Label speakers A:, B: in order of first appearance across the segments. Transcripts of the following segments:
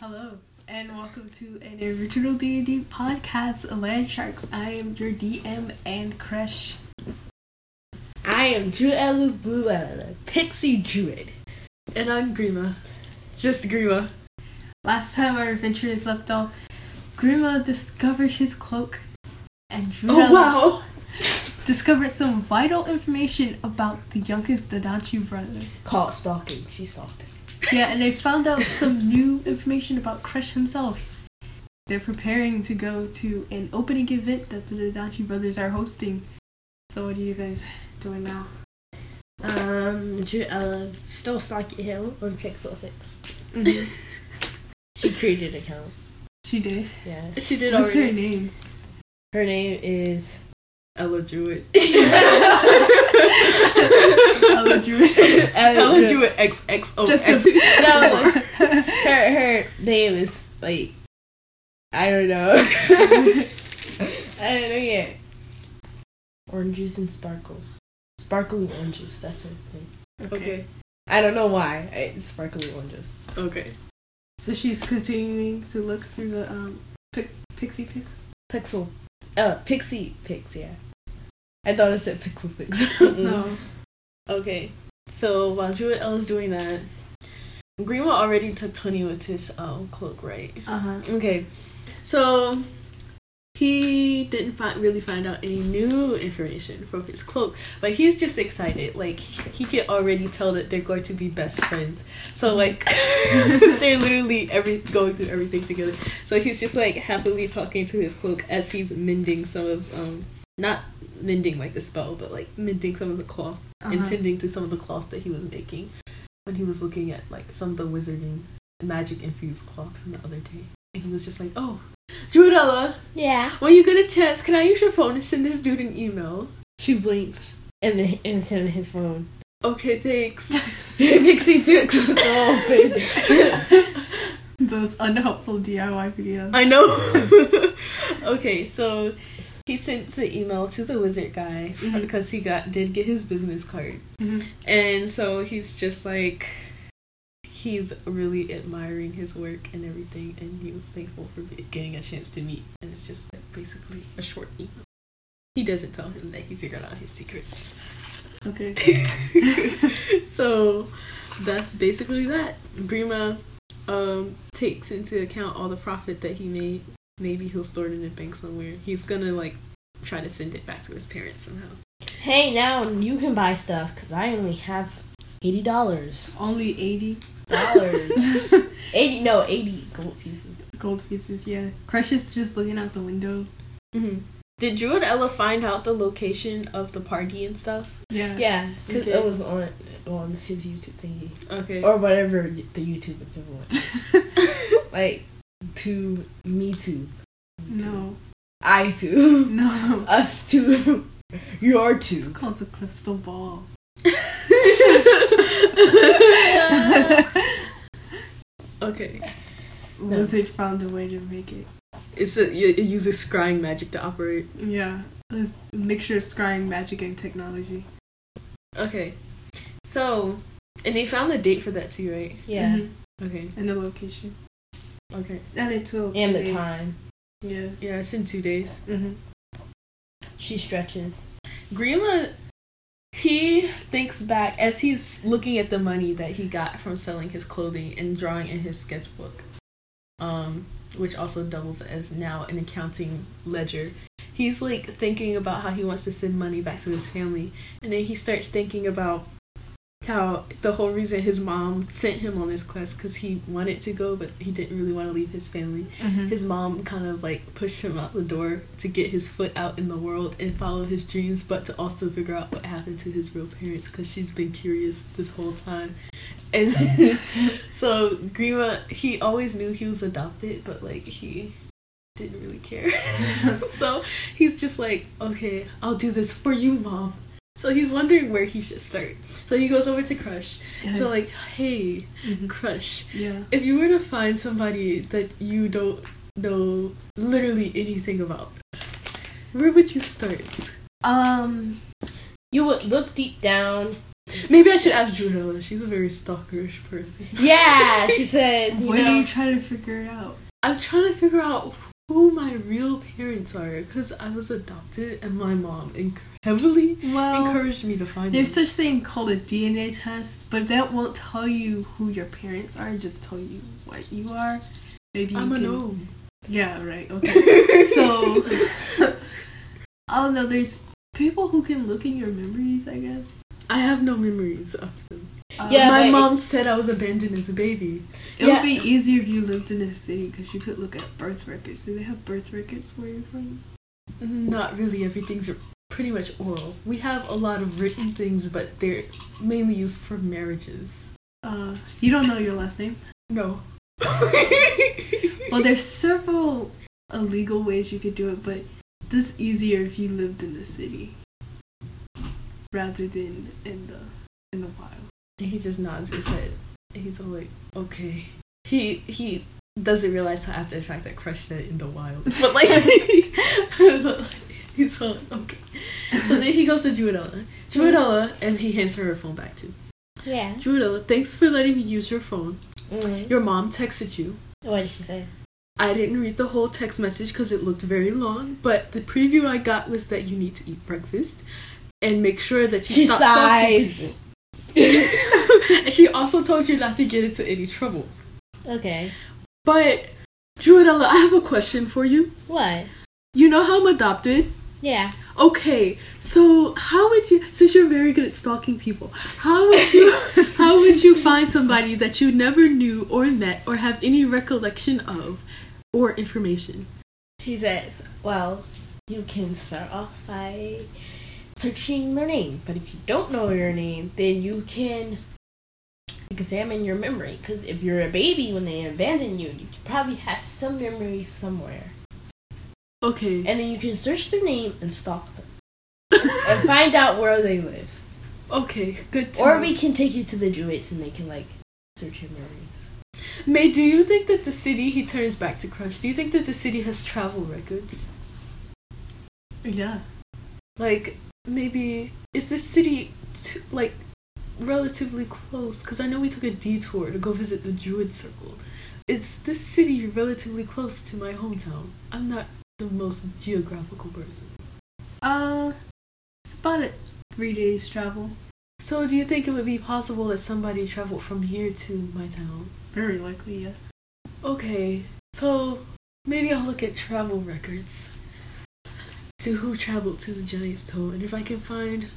A: Hello, and welcome to an original D&D podcast, Land Sharks. I am your DM and crush.
B: I am Druella Blue Ella, Pixie Druid. And I'm Grima. Just Grima.
A: Last time our adventurers left off, Grima discovered his cloak, and Drudella
B: Oh wow!
A: discovered some vital information about the youngest Dadachi brother.
B: Caught stalking. She stalked.
A: Yeah, and they found out some new information about Crush himself. They're preparing to go to an opening event that the Dadachi brothers are hosting. So what are you guys doing now?
B: Um, Druella still stalking him on Pixelfix. Mm-hmm. She created an account.
A: She did.
B: Yeah.
C: She did
A: What's her
C: already.
A: name?
B: Her name is.
C: Ella Jewett. Oh,
A: Ella Druid.
C: Ella Jewett XXO.
A: Just
C: X-
A: a
B: No, her, her name is like. I don't know. I don't know yet. Oranges and sparkles. Sparkling oranges, that's what it is.
C: okay.
B: I don't know why. I, sparkly oranges.
C: Okay.
A: So she's continuing to look through the um pic- pixie pics.
B: Pixel. Uh, pixie pics, yeah. I thought it said pixel pics.
C: Mm-hmm.
A: No.
C: Okay. So while Jewett Ella's doing that, Greenwood already took Tony with his um, cloak, right?
A: Uh huh.
C: Okay. So he didn't find, really find out any new information from his cloak, but he's just excited. Like he can already tell that they're going to be best friends. So like they're literally every going through everything together. So he's just like happily talking to his cloak as he's mending some of um not mending like the spell, but like mending some of the cloth
A: Uh-huh.
B: Uh-huh.
C: and tending to some of the cloth that he was making when he was looking at like some of the wizarding magic infused cloth from the other day. And he was just like, Oh, Judella,
B: yeah.
C: when you get a chance, can I use your phone to send this dude an email?
B: She blinks. And, the, and it's him his phone.
C: Okay, thanks.
B: pixie Oh, pics is the whole
C: Oh,
B: thing.
A: Those unhelpful DIY videos.
C: I know. okay, so he sent an email to the wizard guy
A: Mhm.
C: because he got did get his business card.
A: Mhm.
C: And so he's just like he's really admiring his work and everything and he was thankful for be- getting a chance to meet and it's just like basically a short email. He doesn't tell him that he figured out his secrets.
A: Okay.
C: so that's basically that. Grima um, takes into account all the profit that he made. Maybe he'll store it in a bank somewhere. He's gonna like try to send it back to his parents somehow.
B: Hey, now you can buy stuff because I only have eighty dollars.
A: Only eighty
B: Dollars. eighty? No, eighty gold pieces.
A: gold pieces. Yeah. Crush is just looking out the window.
C: Mm-hmm. Did Drew and Ella find out the location of the party and stuff?
A: Yeah.
B: Yeah, because it
C: Okay.
B: was on on his YouTube thingy
C: Okay.
B: or whatever the YouTube equivalent. like to me too.
A: No.
B: I too.
A: No.
B: Us too. Your too.
A: It's called a crystal ball.
C: okay.
A: Wizard found a way to make it.
C: It's a, it uses scrying magic to operate.
A: Yeah. This mixture of scrying magic and technology.
C: Okay. So, and they found the date for that too, right? Mm-hmm.
B: Yeah. Mm-hmm.
A: Mhm.
C: Okay.
A: And the location.
C: Okay.
A: And it took
B: And
A: two
B: the
A: days.
B: time.
A: Yeah.
C: Yeah, it's in two days.
A: Mm-hmm.
B: She stretches.
C: Grima, he thinks back as he's looking at the money that he got from selling his clothing and drawing in his sketchbook, um, which also doubles as now an accounting ledger. He's like thinking about how he wants to send money back to his family, and then he starts thinking about how the whole reason his mom sent him on this quest because he wanted to go, but he didn't really want to leave his family
A: Mm-hmm.
C: his mom kind of like pushed him out the door to get his foot out in the world and follow his dreams, but to also figure out what happened to his real parents because she's been curious this whole time. And so Grima, he always knew he was adopted, but like he didn't really care. so he's just like, okay, I'll do this for you, mom. So he's wondering where he should start. So he goes over to Crush.
A: Yeah.
C: So like, hey,
A: Mhm.
C: Crush,
A: yeah.
C: if you were to find somebody that you don't know literally anything about, where would you start?
A: Um.
B: You would look deep down
C: Maybe I should ask Judella. She's a very stalkerish person.
B: Yeah, she says, you
A: when
B: know,
A: are you trying to figure it out?
C: I'm trying to figure out who my real parents are because I was adopted and my mom enc- heavily
A: Well,
C: encouraged me to find
A: there's
C: them.
A: such thing called a DNA test, but that won't tell you who your parents are. Just tell you what you are. Maybe you
C: I'm a
A: can.
C: gnome.
A: Yeah. Right. Okay. so I don't know. There's people who can look in your memories. I guess.
C: I have no memories of them.
A: Um,
B: Yeah,
C: my
B: but-
C: mom said I was abandoned as a baby.
A: It would
B: Yeah.
A: be easier if you lived in a city because you could look at birth records. Do they have birth records where you're from? Mm-hmm.
C: Not really. Everything's pretty much oral. We have a lot of written things, but they're mainly used for marriages.
A: Uh, you don't know your last name.
C: No.
A: Well, there's several illegal ways you could do it, but this is easier if you lived in the city rather than in the in the wild.
C: And he just nods his head. And he's all like, okay. He he doesn't realize how after the fact I crushed it in the wild. But like he's all like, okay. So then he goes to Juadella. Juadella and he hands her her phone back to.
B: yeah.
C: Juadella, thanks for letting me use your phone.
B: Mm.
C: Your mom texted you.
B: What did she say?
C: I didn't read the whole text message because it looked very long, but the preview I got was that you need to eat breakfast and make sure that you
B: She
C: stop stalking
B: sighs.
C: people. and she also told you not to get into any trouble.
B: Okay.
C: But, Juanella, I have a question for you.
B: What?
C: You know how I'm adopted?
B: Yeah.
C: Okay, so how would you, since you're very good at stalking people, how would you, how would you find somebody that you never knew or met or have any recollection of or information?
B: She says, well, you can start off by searching their name, but if you don't know your name, then you can examine your memory. Because if you're a baby when they abandon you, you probably have some memory somewhere.
C: Okay.
B: And then you can search their name and stalk them and find out where they live.
C: Okay, good. To
B: Or
C: know.
B: we can take you to the Druids and they can, like, search your memories.
C: May, do you think that the city he turns back to Crunch? Do you think that the city has travel records?
A: Yeah.
C: Like maybe is this city t- like relatively close? Because I know we took a detour to go visit the Druid Circle. Is this city relatively close to my hometown? I'm not the most geographical person.
A: Uh, it's about a three days travel.
C: So do you think it would be possible that somebody traveled from here to my town?
A: Very likely, yes.
C: Okay, so maybe I'll look at travel records to who traveled to the Giant's Toe, and if I can find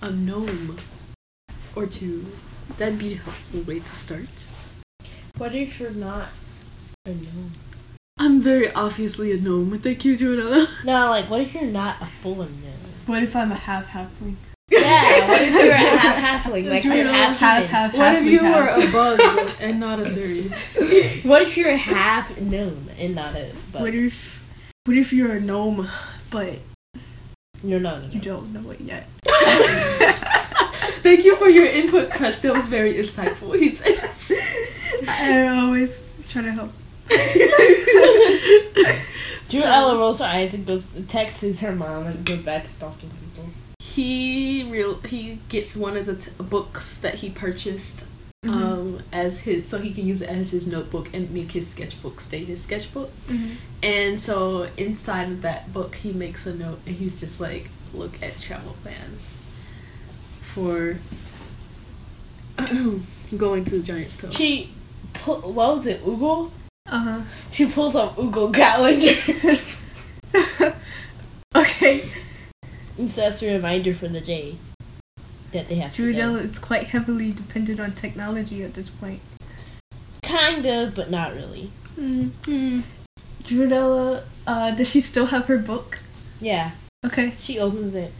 C: a gnome or two, that'd be a helpful way to start.
B: What if you're not a gnome?
C: I'm very obviously a gnome. Thank you, Juanella.
B: No, like, what if you're not a full gnome?
A: What if I'm a half halfling?
B: Yeah, what if you're a half halfling? Like, you're half human.
A: half
C: What if
A: halfling
C: you
A: half.
C: were a bug and not a fairy?
B: What if you're a half gnome and not a bug?
A: What if what if you're a gnome but
B: you're not a
A: you
B: gnome.
A: don't know it yet?
C: Thank you for your input, Crush. That was very insightful. He says.
A: I always try to help.
B: Drew Ella rolls her eyes and goes texts her mom and goes back to stalking people.
C: He real he gets one of the t- books that he purchased um, as his so he can use it as his notebook and make his sketchbook stay his sketchbook.
B: Mm-hmm.
A: Mhm.
C: And so inside of that book, he makes a note and he's just like, look at travel plans for going to the Giant's Toe.
B: She, pull, what was it, Oogle?
A: Uh
B: She pulls up Oogle calendar
A: huh. okay.
B: and sets a reminder for the day that they have to
A: Judel
B: go.
A: is quite heavily dependent on technology at this point.
B: Kind of, but not really.
A: Mm-hmm. Judella, uh, does she still have her book?
B: Yeah,
A: Okay,
B: she opens it.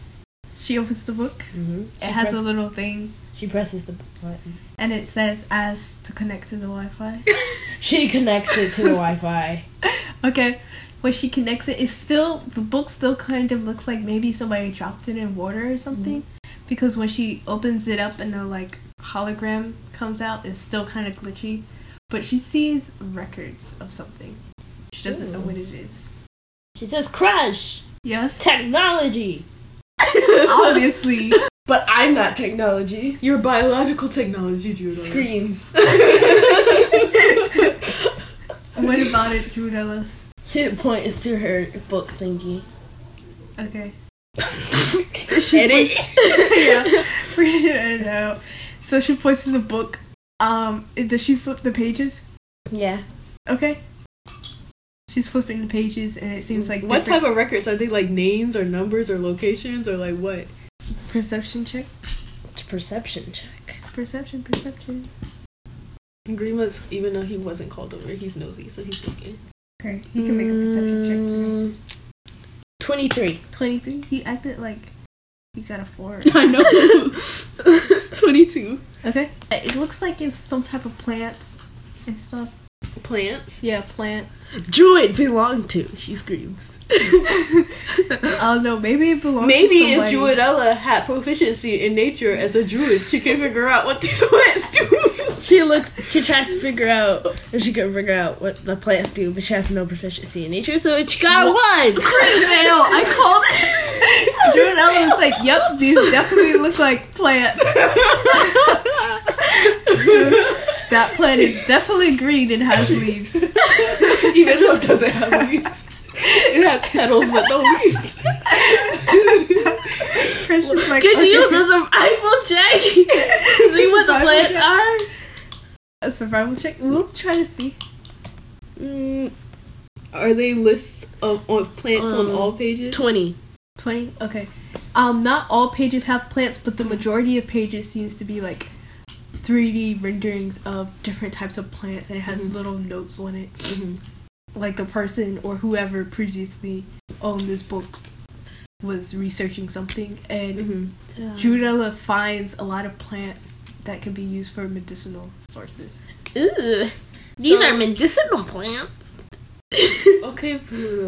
A: she opens the book.
B: Mm-hmm. She
A: it has
B: press-
A: a little thing,
B: She presses the button.
A: and it says "as to connect to the Wi-Fi."
B: She connects it to the Wi-Fi.
A: okay, where she connects it, it's still the book still kind of looks like maybe somebody dropped it in water or something, because when she opens it up and the like hologram comes out, it's still kind of glitchy, but she sees records of something. She doesn't know
B: Ooh.
A: what it is.
B: She says, "Crush
A: Yes,
B: technology."
A: obviously.
B: But I'm not technology.
C: You're biological technology, Judah.
B: Screams.
A: What about it, Judella?
B: Hit point is to her book thingy.
A: Okay.
B: Edit.
A: yeah, we're gonna edit it out. So she points to the book. Um, does she flip the pages?
B: Yeah.
A: Okay. She's flipping the pages, and it seems like
C: what
A: different-
C: type of records are they? Like names or numbers or locations or like what?
A: perception check?
B: It's perception check.
A: Perception, perception.
C: Grima's, even though he wasn't called over, he's nosy, so he's looking.
A: Okay, he can make a perception
B: Mm, Twenty-three.
C: Mm.
A: check. Twenty-three. He acted like he got a four.
C: I know. Twenty-two
A: okay. It looks like it's some type of plants and stuff.
C: plants.
A: Yeah, plants.
B: Druid belonged to. She screams.
A: I don't know. Maybe it belongs.
C: Maybe
A: to
C: if
A: somebody.
C: Druidella had proficiency in nature as a druid, she could figure out what these plants do.
B: She looks. She tries to figure out. And she can figure out what the plants do, but she has no proficiency in nature, so she got one.
A: fail. I called it. Drew and Ellen was like, "Yep, these definitely look like plants. that plant is definitely green and has leaves."
C: even though it doesn't have leaves, it has petals but no leaves.
A: Precious like,
B: Could
A: okay.
B: you use this as a rifle check? See what the
A: Survival
B: plants
A: check?
B: are?
A: a survival check? We'll try to see.
B: Mm,
C: Are they lists of on plants on
B: Um,
C: all pages?
B: Twenty.
A: Twenty. Okay. Um, not all pages have plants, but the majority of pages seems to be like. 3D renderings of different types of plants, and it has
C: Mm-hmm.
A: little notes on it,
C: Mhm.
A: like the person or whoever previously owned this book was researching something, and
C: Mhm.
A: Judella finds a lot of plants that can be used for medicinal sources.
B: Ooh, these
C: So-
B: are medicinal plants.
C: Okay.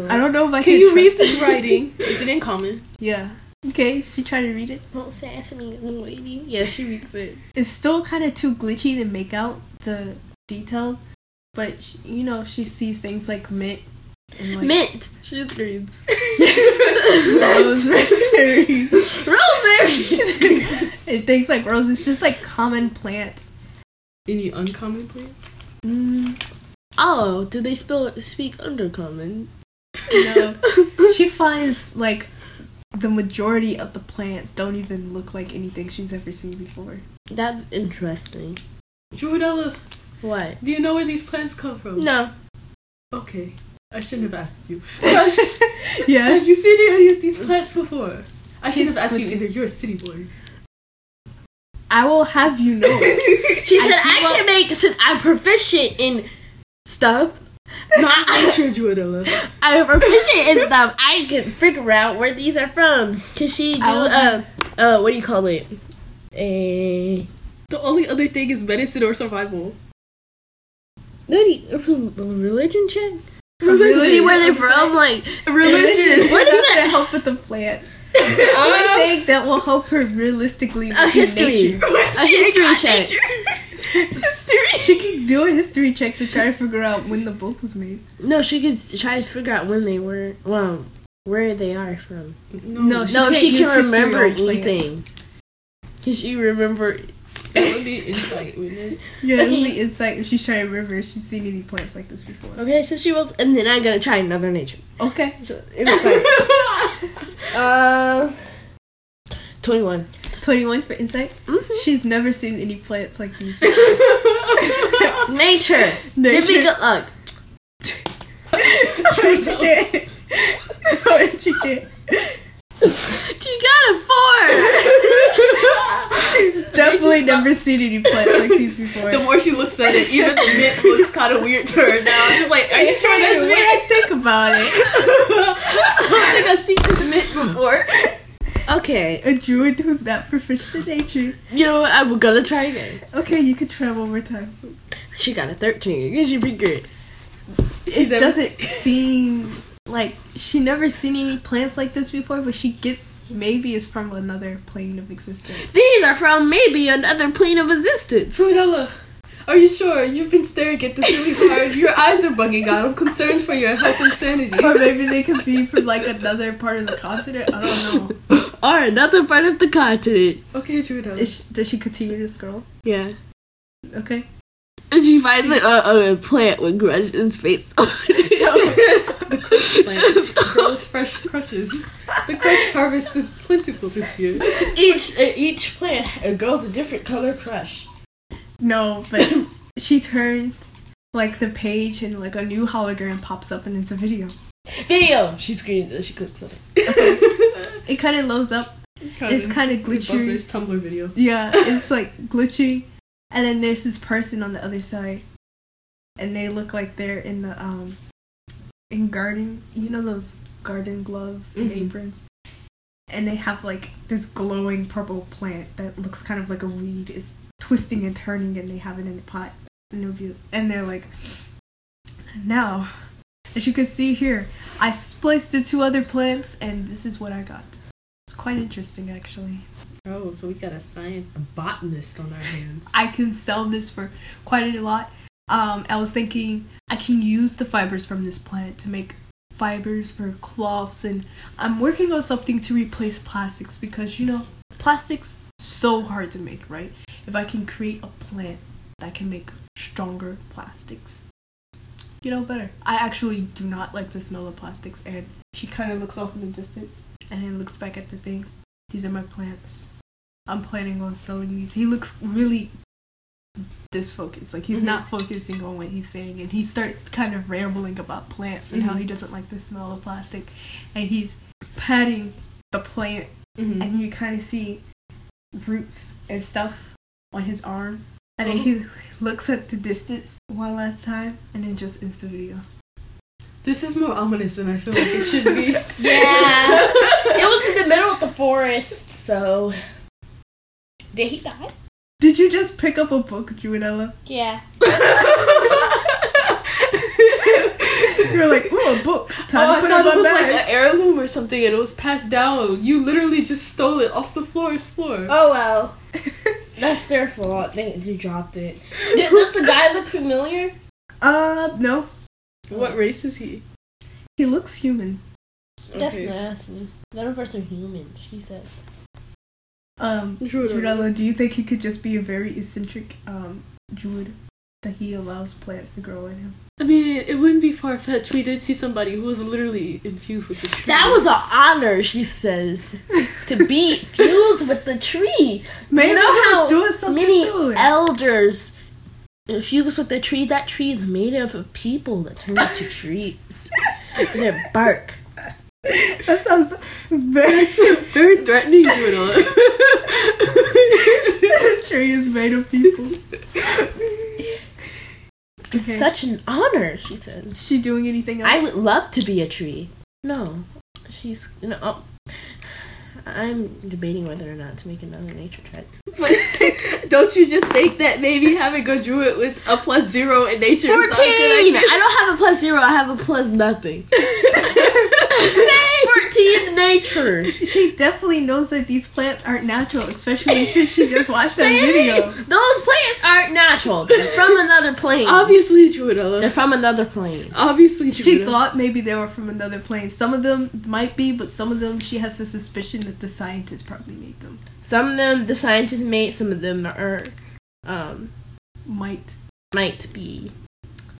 A: I don't know if I
C: Can you read
A: trust it.
C: this writing? Is it in common?
A: Yeah. Okay, she tried to read it.
B: Don't sass me, young lady. Yeah, she reads it.
A: It's still kind of too glitchy to make out the details, but sh you know she sees things like mint. And like
B: Mint. She screams.
A: rosemary
B: Rosemary.
A: and things like roses, just like common plants.
C: Any uncommon plants?
A: Mm,
B: Oh, do they spell speak undercommon?
A: no. she finds like the majority of the plants don't even look like anything she's ever seen before.
B: That's interesting.
C: Judella,
B: What?
C: do you know where these plants come from?
B: No.
C: Okay. I shouldn't have asked you. Have
A: yes.
C: you seen any of these plants before? I should
A: He's
C: have asked you
A: looking.
C: either. You're a city boy.
A: I will have you know.
B: She said
A: I
B: I,
A: grew
B: should make since I'm proficient in stuff.
C: Not nature, Judella.
B: I'm proficient in stuff. I can figure out where these are from. Can she do
A: I'll-
B: uh uh what do you call it? A
C: The only other thing is medicine or survival.
B: what do you- religion check?
A: Religion.
B: See where they're from? Like
A: Religion.
B: What is
A: Not
B: that?
A: to help with the plants? The only thing that will help her realistically
B: A
A: would be
B: history.
A: nature.
B: A history check.
A: She can do a history check to try to figure out when the book was made.
B: No, she could s- try to figure out when they were. Well, where they are from.
A: No, She
B: no,
A: can't
B: she
A: use
B: can
A: history
B: remember
A: on plants.
B: anything. Can she remember?
C: That would be insight, wouldn't it?
A: Yeah, it's
B: Okay.
A: only insight if she's trying to remember if she's seen any plants like this before.
B: Okay, so she was, and then I'm gonna try another nature.
A: Okay.
B: Insight. uh, twenty-one.
A: 21 for insight.
B: Mm-hmm.
A: She's never seen any plants like these before.
B: Nature. Give me good luck.
A: she did. No, she did.
B: You got a four.
A: She's definitely never seen any plants like these before.
C: The more she looks at it, even the mint looks kind of weird to her now. I'm just like, are you sure
A: Hey,
C: that's
A: what
C: mint?
A: I think about it.
C: I don't think I've seen this mint before.
B: okay,
A: A druid who's not proficient in nature.
B: you know what? I'm gonna try again.
A: Okay, you can try one more time.
B: She got a thirteen. She figured.
A: it
C: never-
A: doesn't seem like she never seen any plants like this before, but she gets maybe it's from another plane of existence.
B: These are from maybe another plane of existence.
C: Brunella, are you sure? You've been staring at this really hard. Your eyes are bugging out. I'm concerned for your health and sanity.
A: Or maybe they could be from like another part of the continent. I don't know.
B: are another part of the continent.
C: Okay, Judo.
A: Is she, does she continue to scroll?
B: Yeah.
A: Okay.
B: And she finds a, a, a plant with Gretchen's face on
C: The crush plant
B: it.
C: grows fresh crushes. The crush harvest is plentiful this year.
B: each uh, each plant it grows a different color crush.
A: No, but she turns like the page and like a new hologram pops up and it's a video.
B: Video! She screams as she clicks on it.
A: It kind of lows up. It's kind of glitchy.
C: Buffers Tumblr video.
A: Yeah, it's like glitchy. And then there's this person on the other side. And they look like they're in the um in garden you know those garden gloves and
C: Mhm.
A: aprons. And they have like this glowing purple plant that looks kind of like a weed is twisting and turning and they have it in a pot. No view and they're like now as you can see here, I spliced the two other plants and this is what I got. It's quite interesting actually.
C: Oh, so we got a science a botanist on our hands.
A: I can sell this for quite a lot. Um, I was thinking I can use the fibers from this plant to make fibers for cloths, and I'm working on something to replace plastics because you know plastics so hard to make, right? If I can create a plant that can make stronger plastics, you know better. I actually do not like the smell of plastics, and she kind of looks off in the distance and then looks back at the thing. These are my plants. I'm planning on selling these. He looks really disfocused. Like he's
B: Mhm.
A: not focusing on what he's saying and he starts kind of rambling about plants and how he doesn't like the smell of plastic and he's patting the plant
C: Mm-hmm.
A: and you kind of see roots and stuff on his arm and then he
C: Mm-hmm.
A: looks at the distance one last time and then just ends the video.
C: This is more ominous than I feel like it should be.
B: Yeah. it was in the middle of the forest, so did he die?
A: Did you just pick up a book, Juanella?
B: Yeah.
A: You're like, ooh, a book.
C: oh,
A: Time
C: I
A: to put
C: thought
A: it
C: it
A: on
C: was
A: back.
C: like an heirloom or something, and it was passed down. You literally just stole it off the forest floor.
B: Oh well. That's their fault. They, they dropped it. Did, does the guy look familiar?
A: uh, no.
C: What race is he?
A: He looks human.
B: That's
C: Okay.
B: nasty. None of us are human, she says.
A: Um,
C: Judo.
A: Jordan, do you think he could just be a very eccentric um, druid that he allows plants to grow in him?
C: I mean, it wouldn't be far fetched. We did see somebody who was literally infused with the tree.
B: That was an honor, she says, to be fused with the tree.
A: Maybe
B: know
A: he
B: how
A: was doing something
B: Many
A: similar.
B: elders infused with the tree. That tree is made up of people that turn into trees. Their bark.
A: that sounds very similar.
C: very threatening, Judo.
A: this tree is made of people.
B: It's
A: Okay.
B: such an honor, she says.
A: Is she doing anything else?
B: I would love to be a tree. No, she's no. Oh, I'm debating whether or not to make another nature track.
C: Don't you just think that maybe having a druid with a plus zero in nature? is not a good
B: Fourteen.
C: idea?
B: I don't have a plus zero. I have a plus nothing. Fourteen nature.
A: she definitely knows that these plants aren't natural, especially since she just watched that
B: Same.
A: video.
B: Those plants aren't natural. They're from another plane.
C: Obviously, Judo.
B: They're from another plane.
C: Obviously, Judo.
A: She thought maybe they were from another plane. Some of them might be, but some of them she has the suspicion that the scientists probably made them.
B: Some of them the scientists made. Some of them are, um,
A: Might.
B: might be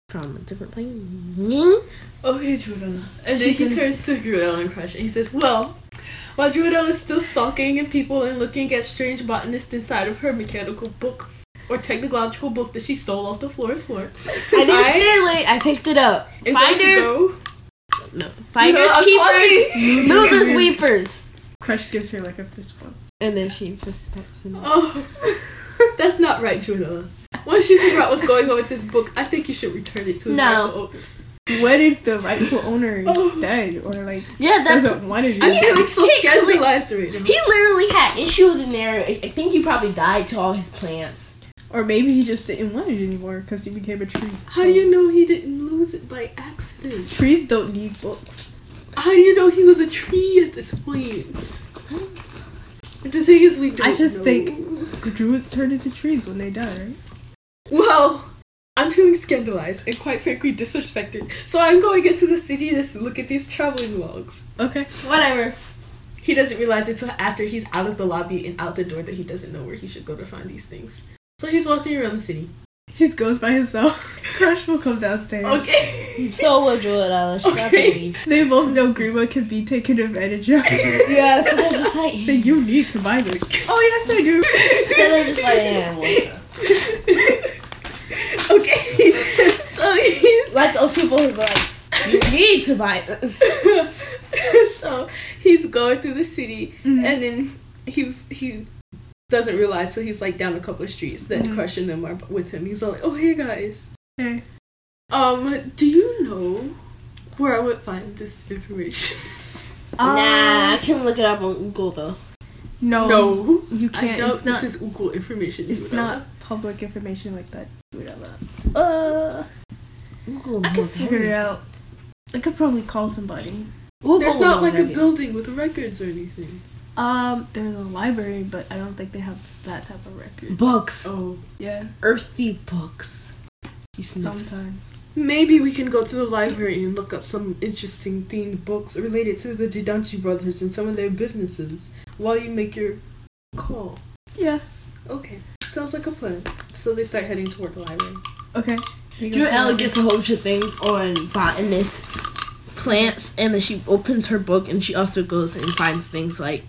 B: from a different plane.
C: Okay, Jordan. And
A: She
C: then he
A: did.
C: turns to Jordan and Crush and he says, Well, while Jordan is still stalking and people and looking at strange botanists inside of her mechanical book or technological book that she stole off the forest floor,
B: I didn't
C: I-
B: steal it. I picked it up.
C: am going to
B: Finders.
C: go.
B: No. Finders
C: No, I'm
B: keepers.
C: talking.
B: Losers weepers.
A: Crush gives her like a fist bump.
B: And then she fist pumps him.
C: Oh, that's not right, Jordan. Once you figure out what's going on with this book, I think you should return it to its
B: No.
C: rightful owner.
A: What if the rightful owner
C: Oh.
A: is dead or like
B: Yeah, that's.
A: doesn't want to be?
C: I'm
B: Yeah,
C: feeling so
B: he clearly-
C: scandalized right now.
B: He literally had issues in there. I I think he probably died to all his plants.
A: Or maybe he just didn't want it anymore because he became a tree.
C: How do you know he didn't lose it by accident?
A: Trees don't need books.
C: How do you know he was a tree at this point? The thing is, we don't.
A: I just
C: know.
A: think- Druids turn into trees when they die, right?
C: Well, I'm feeling scandalized and quite frankly disrespected. So I'm going into the city to s- look at these traveling logs.
A: Okay.
B: Whatever.
C: He doesn't realize it till after he's out of the lobby and out the door that he doesn't know where he should go to find these things. So he's walking around the city.
A: He goes by himself. Crush will come downstairs.
C: Okay.
B: So will Joel and Alice.
C: Okay.
B: Okay.
A: They both know Grima can be taken advantage of. Say,
B: Yeah, so they're just like, so
A: you need to buy this. Oh, yes, I do.
B: they're just like, yeah, well.
C: okay. so he's
B: like those people who go like, you need to buy this.
C: so he's going through the city
A: Mhm.
C: and then he's he doesn't realize so he's like down a couple of streets then
A: Mhm.
C: crushing them are with him he's all like oh hey guys
A: Okay.
C: um do you know where i would find this information
B: nah, I
A: Um,
B: can look it up on Google though.
A: No.
C: no
A: You
C: I
A: can't.
C: know
A: It's not,
C: this is Google information you
A: it's
C: would know.
A: not public information like that. You would allow. Uh,
B: Google
A: I could figure it out. I could probably call somebody.
C: there's not like a building with records or anything
A: Um, there's a library, but I don't think they have that type of record.
B: Books,
C: oh
A: Yeah,
B: earthy books. He sniffs.
A: sometimes.
C: Maybe we can go to the library and look up some interesting themed books related to the Jidanchi brothers and some of their businesses while you make your call.
A: Yeah.
C: Okay, sounds like a plan. So they start heading toward the library.
A: Okay. We go
B: Drew
A: to
B: Ella
A: the-
B: gets a whole bunch of things on botanists, plants, and then she opens her book and she also goes and finds things like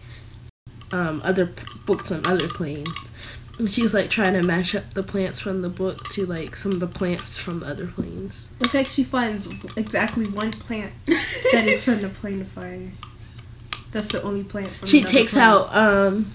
B: um, other p- books on other planes. And she's like trying to mash up the plants from the book to like some of the plants from the other planes.
A: Looks like she finds exactly one plant that is from the plane of fire. That's the only plant. From
B: she
A: another
B: takes
A: plane.
B: out um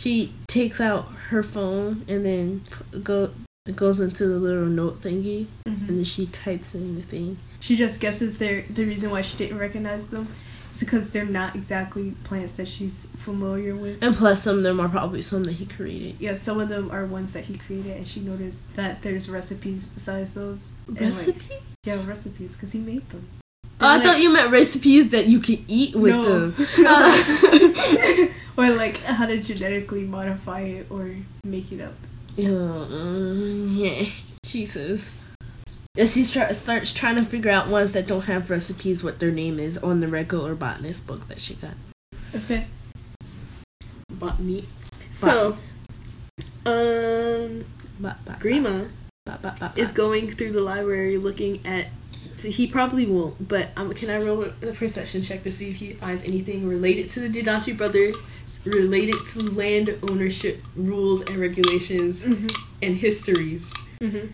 B: she takes out her phone and then p- go goes into the little note thingy and
A: Mhm.
B: then she types in the thing
A: She just guesses they're the reason why she didn't recognize them is because they're not exactly plants that she's familiar with.
B: and plus some of them are probably some that he created
A: Yeah, some of them are ones that he created, and she noticed that there's recipes besides those. And, like,
B: recipe
A: yeah, recipes, because he made them.
B: oh, i
A: And,
B: thought you meant recipes that you can eat with
A: No.
B: them Uh,
A: or like how to genetically modify it or make it up.
B: yeah, mm, yeah jesus and she try- starts trying to figure out ones that don't have recipes what their name is on the regular botanist book that she got
A: Okay.
C: Bought meat. So, um,
B: Ba- ba- ba-
C: Grima
B: ba- ba- ba-
C: is
B: ba.
C: going through the library looking at. so He probably won't, but um, can I roll a perception check to see if he finds anything related to the Jidanchi brothers, related to land ownership rules and regulations,
A: hmm
C: and histories?
A: hmm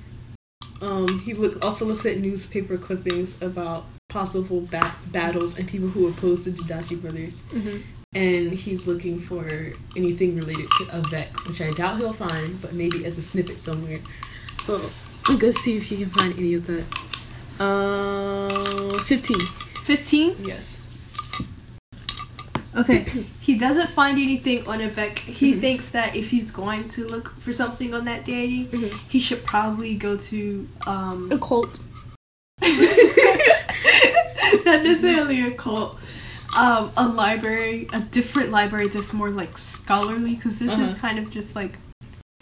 C: Um, he look, also looks at newspaper clippings about possible ba- battles and people who opposed the Didachi brothers,
A: hmm
C: and he's looking for anything related to Avec, which I doubt he'll find, but maybe as a snippet somewhere. So I'm gonna see if he can find any of that. Uh, fifteen.
A: 15?
C: Yes.
A: Okay. he doesn't find anything on Avec. He thinks that if he's going to look for something on that day,
C: Mhm.
A: he should probably go to. um
B: occult
A: Not necessarily a cult. Mm-hmm. Um, a library, a different library that's more like scholarly, because this is
C: Uh-huh.
A: kind of just like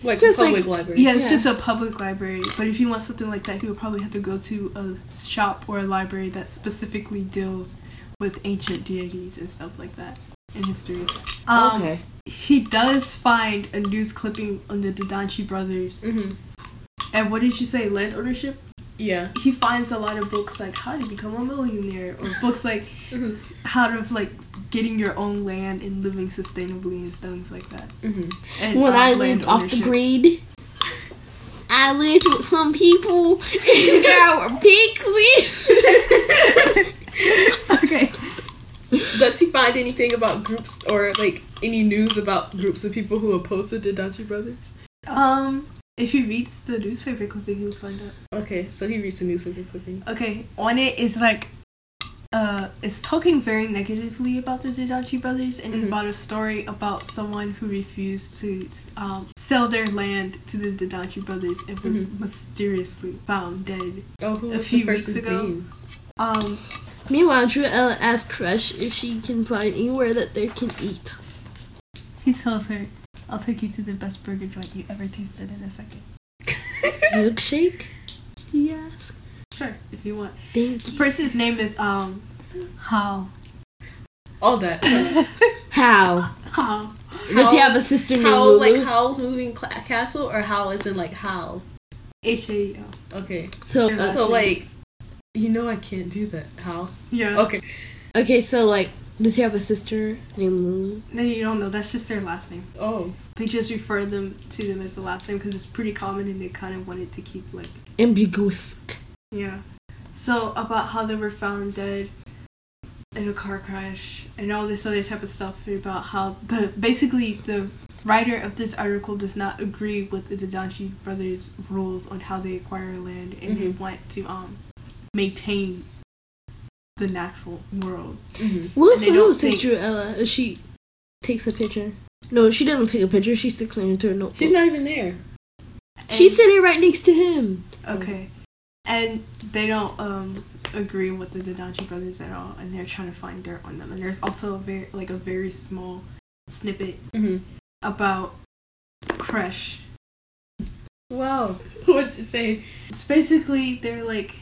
C: Like
B: Just
C: public
B: like-
C: library.
A: Yeah, it's
B: Yeah.
A: just a public library. But if you want something like that, you would probably have to go to a shop or a library that specifically deals with ancient deities and stuff like that in history. Um,
B: okay
A: He does find a news clipping on the Dadanchi brothers.
B: Mm-hmm.
C: Mhm.
A: And what did you say, land ownership?
C: Yeah.
A: He finds a lot of books like How to Become a Millionaire or books like
B: Mm-hmm.
C: Mhm.
A: How to like getting your own land and living sustainably and things like that.
C: Mhm.
A: And
B: Mm-hmm. when
A: um,
B: I
A: land
B: lived off the
A: ownership.
B: grid. I lived with some people. and there were pixies.
A: Okay.
C: Does he find anything about groups or like any news about groups of people who opposed the Didachi brothers?
A: Um, if he reads the newspaper clipping, he'll find out.
C: Okay, so he reads the newspaper clipping.
A: Okay, on it is like, uh, it's talking very negatively about the Jidachi brothers and
C: Mhm.
A: about a story about someone who refused to um, sell their land to the Jidachi brothers and was
C: Mhm.
A: mysteriously found dead.
C: Oh, who
A: A
C: was
A: few
C: the
A: weeks
C: person's
A: ago.
C: name?
A: Um,
B: Meanwhile, Drew Ella asks Crush if she can find anywhere that they can eat.
A: he tells her, I'll take you to the best burger joint you ever tasted in a second.
B: Milkshake? She asks.
A: Sure, if you want.
B: Thank
A: The
B: you.
A: person's name is, um, Hal.
C: all that.
B: How?
A: How?
B: Does he have a sister named
C: Howl,
B: Lulu?
C: like Howl's moving cla castle, or Howl is in like Howl.
A: H A L.
C: Okay,
B: so,
A: Is
B: uh,
A: That's
C: so
A: it.
C: like, you know I can't do that. Howl.
A: Yeah.
C: Okay.
B: okay, so like, does he have a sister named Lulu?
A: No, you don't know. That's just their last name.
C: Oh.
A: They just refer them to them as the last name because it's pretty common, and they kind of wanted to keep like
B: Ambiguous.
A: Yeah. So about how they were found dead in a car crash and all this other type of stuff and about how the basically the writer of this article does not agree with the Dadanchi brothers' rules on how they acquire land and they
C: Mhm.
A: want to um maintain the natural world.
C: Mhm.
A: And they don't
B: Woohoo! Says
A: think-
B: Drew Ella as she takes a picture. No, she doesn't take a picture. She sticks it into her notebook.
C: She's not even there.
B: She's
A: And-
B: sitting right next to him.
A: Okay. And they don't um agree with the Dadachi brothers at all and they're trying to find dirt on them. And there's also a very like a very small snippet
C: Mm-hmm.
A: about Crush.
C: Wow. What does it say?
A: It's basically they're like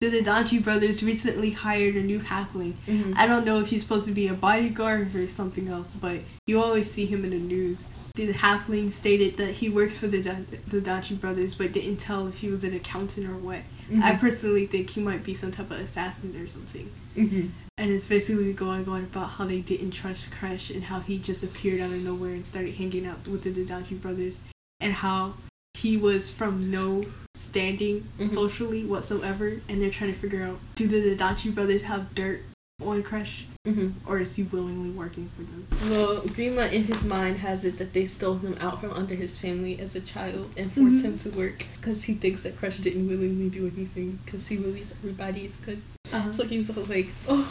A: the Dadanchi brothers recently hired a new halfling.
C: Mhm.
A: I don't know if he's supposed to be a bodyguard or something else, but you always see him in the news. The halfling stated that he works for the Da- the Dadanchi brothers, but didn't tell if he was an accountant or what. I
C: Mhm.
A: personally think he might be some type of assassin or something.
C: Mhm.
A: And it's basically going on about how they didn't trust Crash and how he just appeared out of nowhere and started hanging out with the Dadachi brothers and how he was from no standing
C: Mhm.
A: socially whatsoever and they're trying to figure out do the Dadachi brothers have dirt on Crash
C: Mhm.
A: or is he willingly working for them?
C: Well, Grima in his mind has it that they stole him out from under his family as a child and forced
A: Mhm.
C: him to work because he thinks that Crush didn't willingly do anything because he believes everybody is good. So he's all like, oh,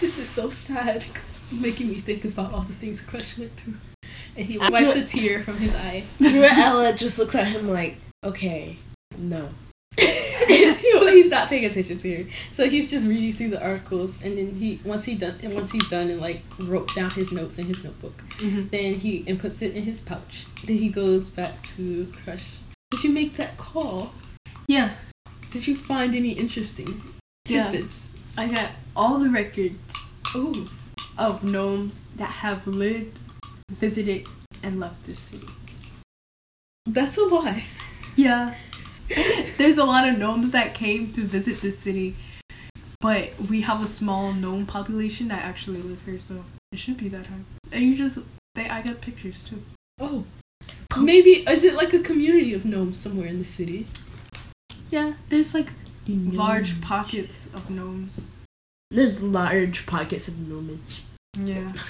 C: this is so sad, making me think about all the things Crush went through. And he
B: I
C: wipes
B: do-
C: a tear from his eye.
B: Drew Ella just looks at him like, okay, no.
C: but he's not paying attention to her. So he's just reading through the articles, and then he once he done and once he's done and like wrote down his notes in his notebook.
A: Mhm.
C: Then he and puts it in his pouch. Then he goes back to Crush. Did you make that call?
A: Yeah,
C: Did you find any interesting
A: Yeah.
C: tidbits?
A: I got all the records
C: Ooh.
A: of gnomes that have lived, visited, and left this city.
C: That's a lie.
A: Yeah. There's a lot of gnomes that came to visit this city, but we have a small gnome population that actually live here, so it should be that hard. And you just, they, I got pictures too.
C: Oh. Maybe is it like a community of gnomes somewhere in the city?
A: Yeah, there's like large pockets of gnomes.
B: There's large pockets of gnomage.
A: Yeah.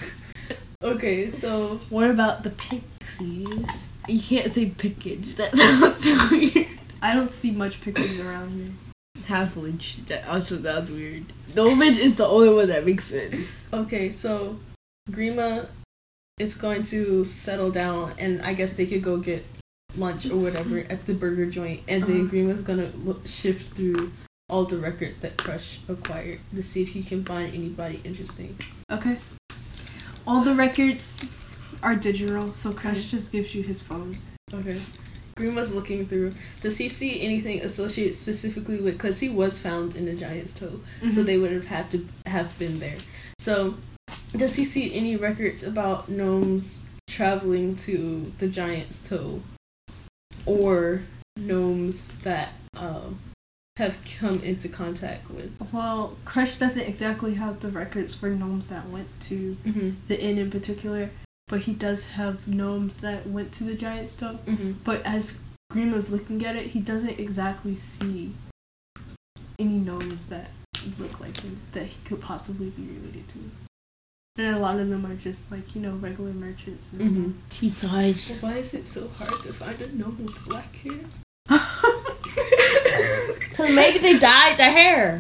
C: Okay, so
B: What about the pixies? You can't say pickage. That sounds so weird.
A: I don't see much pixies around here.
B: Half lynch. That also sounds weird. The image is the only one that makes sense.
C: Okay, so Grima is going to settle down, and I guess they could go get lunch or whatever at the burger joint, and then
A: Uh-huh.
C: Grima's gonna look, shift through all the records that Crush acquired to see if he can find anybody interesting.
A: Okay. All the records are digital, so Crash just gives you his phone.
C: Okay. Grima's looking through. Does he see anything associated specifically with? Because he was found in the giant's toe.
A: Mm-hmm.
C: so they would have had to have been there. So, does he see any records about gnomes traveling to the giant's toe, or gnomes that um, have come into contact with?
A: Well, Crush doesn't exactly have the records for gnomes that went to
C: Mm-hmm.
A: the inn in particular, but he does have gnomes that went to the giant stone.
C: Mm-hmm.
A: But as Green was looking at it, he doesn't exactly see any gnomes that look like him that he could possibly be related to. And a lot of them are just like, you know, regular merchants and
C: Mhm.
B: She's eyes.
C: Why is it so hard to find a gnome with black hair?
B: Cause maybe they dyed the hair.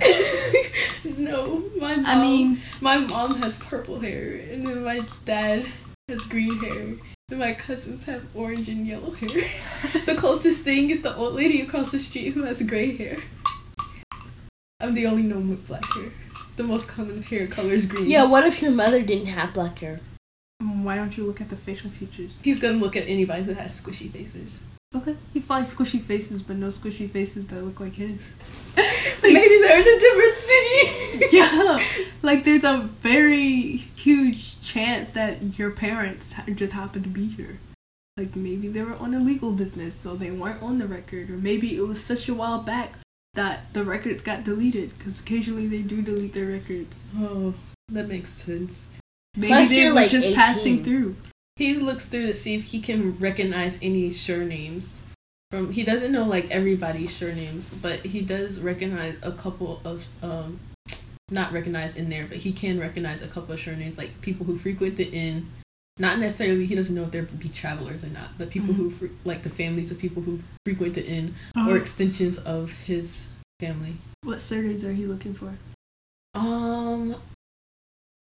C: no, my mom.
A: I mean,
C: my mom has purple hair, and then my dad has green hair, and my cousins have orange and yellow hair. the closest thing is the old lady across the street who has gray hair. I'm the only gnome with black hair. The most common hair color is green.
B: Yeah. What if your mother didn't have black hair?
A: why don't you look at the facial features?
C: He's gonna look at anybody who has squishy faces.
A: Okay, he finds squishy faces, but no squishy faces that look like his.
C: Maybe
B: they're in a different city.
A: yeah, like there's a very huge chance that your parents ha- just happened to be here. Like maybe they were on a legal business, so they weren't on the record, or maybe it was such a while back that the records got deleted. Because occasionally they do delete their records.
C: Oh, that makes sense.
A: Maybe
B: Plus,
A: they
B: you're,
A: were
B: like,
A: just
B: 18.
A: passing through.
C: He looks through to see if he can recognize any surnames. From he doesn't know like everybody's surnames, but he does recognize a couple of um not recognized in there, but he can recognize a couple of surnames like people who frequent the inn. Not necessarily he doesn't know if they're be travelers or not, but people who fre- like the families of people who frequent the inn or
A: Oh,
C: extensions of his family.
A: what surnames are you looking for?
C: Um,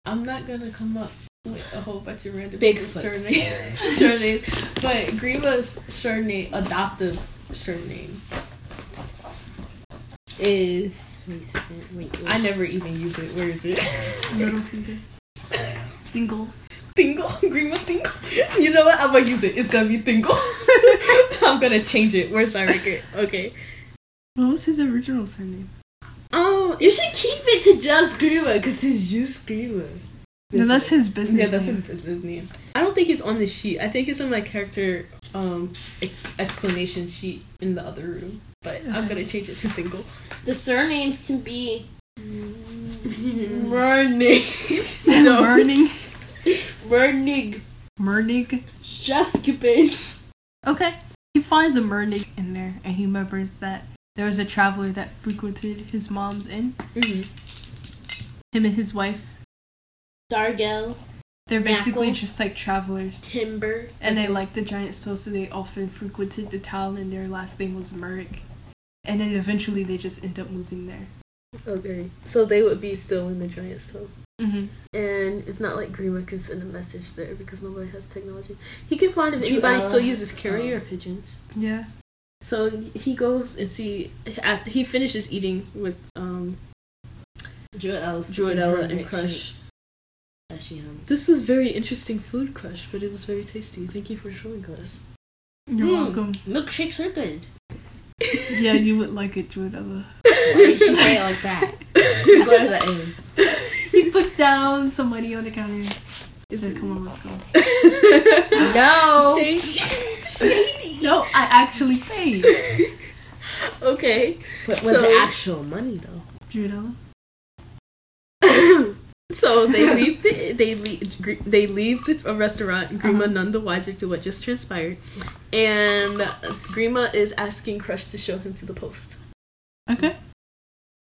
C: I'm not gonna come up with a whole bunch of random
B: Bigfoot.
C: people's surnames, surnames, but Grima's surname, adoptive surname,
B: Is wait, a second, wait, wait.
C: I never even use it. Where is it?
A: Middle finger. Dingle.
C: Tingle, Grima Tingle. You know what? I'm gonna use it. It's gonna be Tingle. I'm gonna change it. Where's my record? Okay.
A: What was his original surname?
C: Um,
B: You should keep it to just Grima, cause he's just Grima.
A: No, that's his business.
C: yeah, that's
A: name.
C: his business name. I don't think he's on the sheet. I think it's on my character um ex- explanation sheet in the other room. But I'm
A: Okay.
C: gonna change it to Tingle.
B: The surnames can be Mernig, No.
A: Burning.
B: Mernig,
A: Mernig.
B: Jaskubin.
A: Okay. He finds a mermaid in there and he remembers that there was a traveler that frequented his mom's inn. Mm-hmm. Him and his wife.
B: Dargel,
A: They're basically
B: Knackle.
A: just like travelers.
B: Timber,
A: And they like the giant stone, so they often frequented the town and their last name was Merrick. And then eventually they just end up moving there.
C: Okay. So they would be still in the giant stove.
A: Mm-hmm.
C: And it's not like Grima can send a message there because nobody has technology. He can find if
B: Ju-
C: anybody
B: uh,
C: still uses carrier
B: um,
C: pigeons.
A: Yeah.
C: So he goes and see. After he finishes eating with um,
B: Joel's
C: Joadella and Crush. This was very interesting food, Crush, but it was very tasty. Thank you for showing us.
A: You're
B: Mm.
A: welcome.
B: Milkshakes are good.
A: Yeah, you would like it, Jordan.
B: Why did she say it like that? She glares at him.
A: He puts down some money on the counter. He said, come on, let's go.
B: No.
A: No, I actually paid.
C: okay.
B: What was
C: So-
B: the actual money though?
A: Jordan.
C: so they leave the they leave gr- they leave the a restaurant. Grima
A: Uh-huh.
C: none the wiser to what just transpired, and Grima is asking Crush to show him to the post.
A: Okay.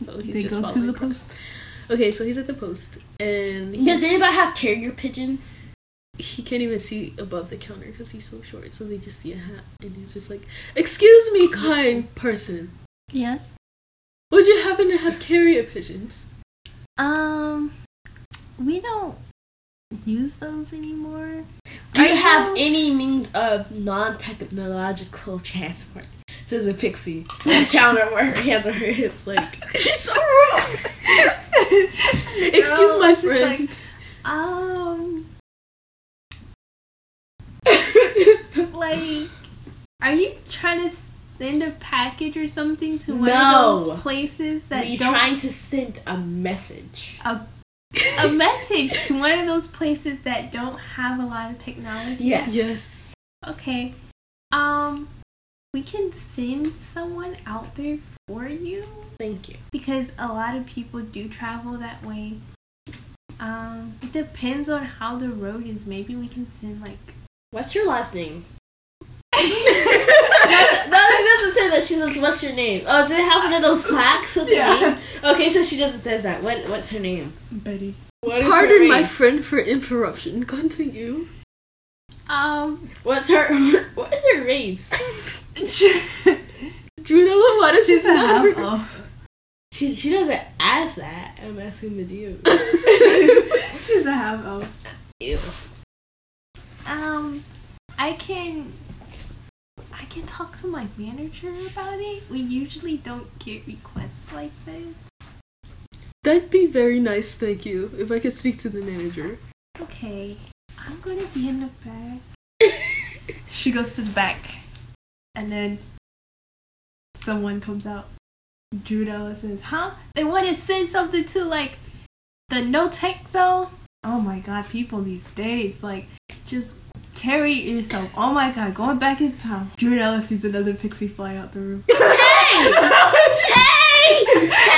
C: So he's
A: they
C: just
A: go to
C: following
A: the
C: Crush.
A: post.
C: Okay, so he's at the post, and he,
B: Does anybody have carrier pigeons?
C: he can't even see above the counter because he's so short. So they just see a hat, and he's just like, "Excuse me, kind person,
A: Yes.
C: would you happen to have carrier pigeons?"
A: Um, we don't use those anymore.
B: Do you
A: I
B: have
A: know-
B: any means of non-technological transport? Says a pixie. On the counter where her hands on her hips, like
C: She's so wrong. Excuse
A: No,
C: my
A: it's just
C: friend.
A: like- Um, like, are you trying to send a package or something to one of
B: No.
A: those places that
B: you
A: don't
B: trying to send a message.
A: a message to one of those places that don't have a lot of technology?
B: Yes.
C: Yes.
A: Okay. Um, we can send someone out there for you.
B: Thank you.
A: because a lot of people do travel that way. Um, it depends on how the road is. Maybe we can send like.
B: What's your last name? no, it doesn't say that. She says, "What's your name?" Oh, do they have one of those plaques with
A: Yeah.
B: the name? Okay, so she doesn't say that. What What's her name?
A: Betty.
B: What
C: Pardon my friend for interruption. Continue.
A: Um,
B: What's her What is her race?
C: Junella, why does
A: she's
C: this
A: a half
C: matter?
A: elf.
B: She She doesn't ask that. I'm asking the dude.
A: She's a half elf.
B: Ew.
A: Um, I can. I can talk to my manager about it. We usually don't get requests like this.
C: That'd be very nice, thank you. If I could speak to the manager.
A: Okay, I'm gonna be in the back. she goes to the back, and then someone comes out. Drew Della says, "Huh? They want to send something to like the no tech zone." Oh my god, people these days like just carry yourself. Oh my god, going back in time. Drew Della sees another pixie fly out the roof.
B: hey! Hey!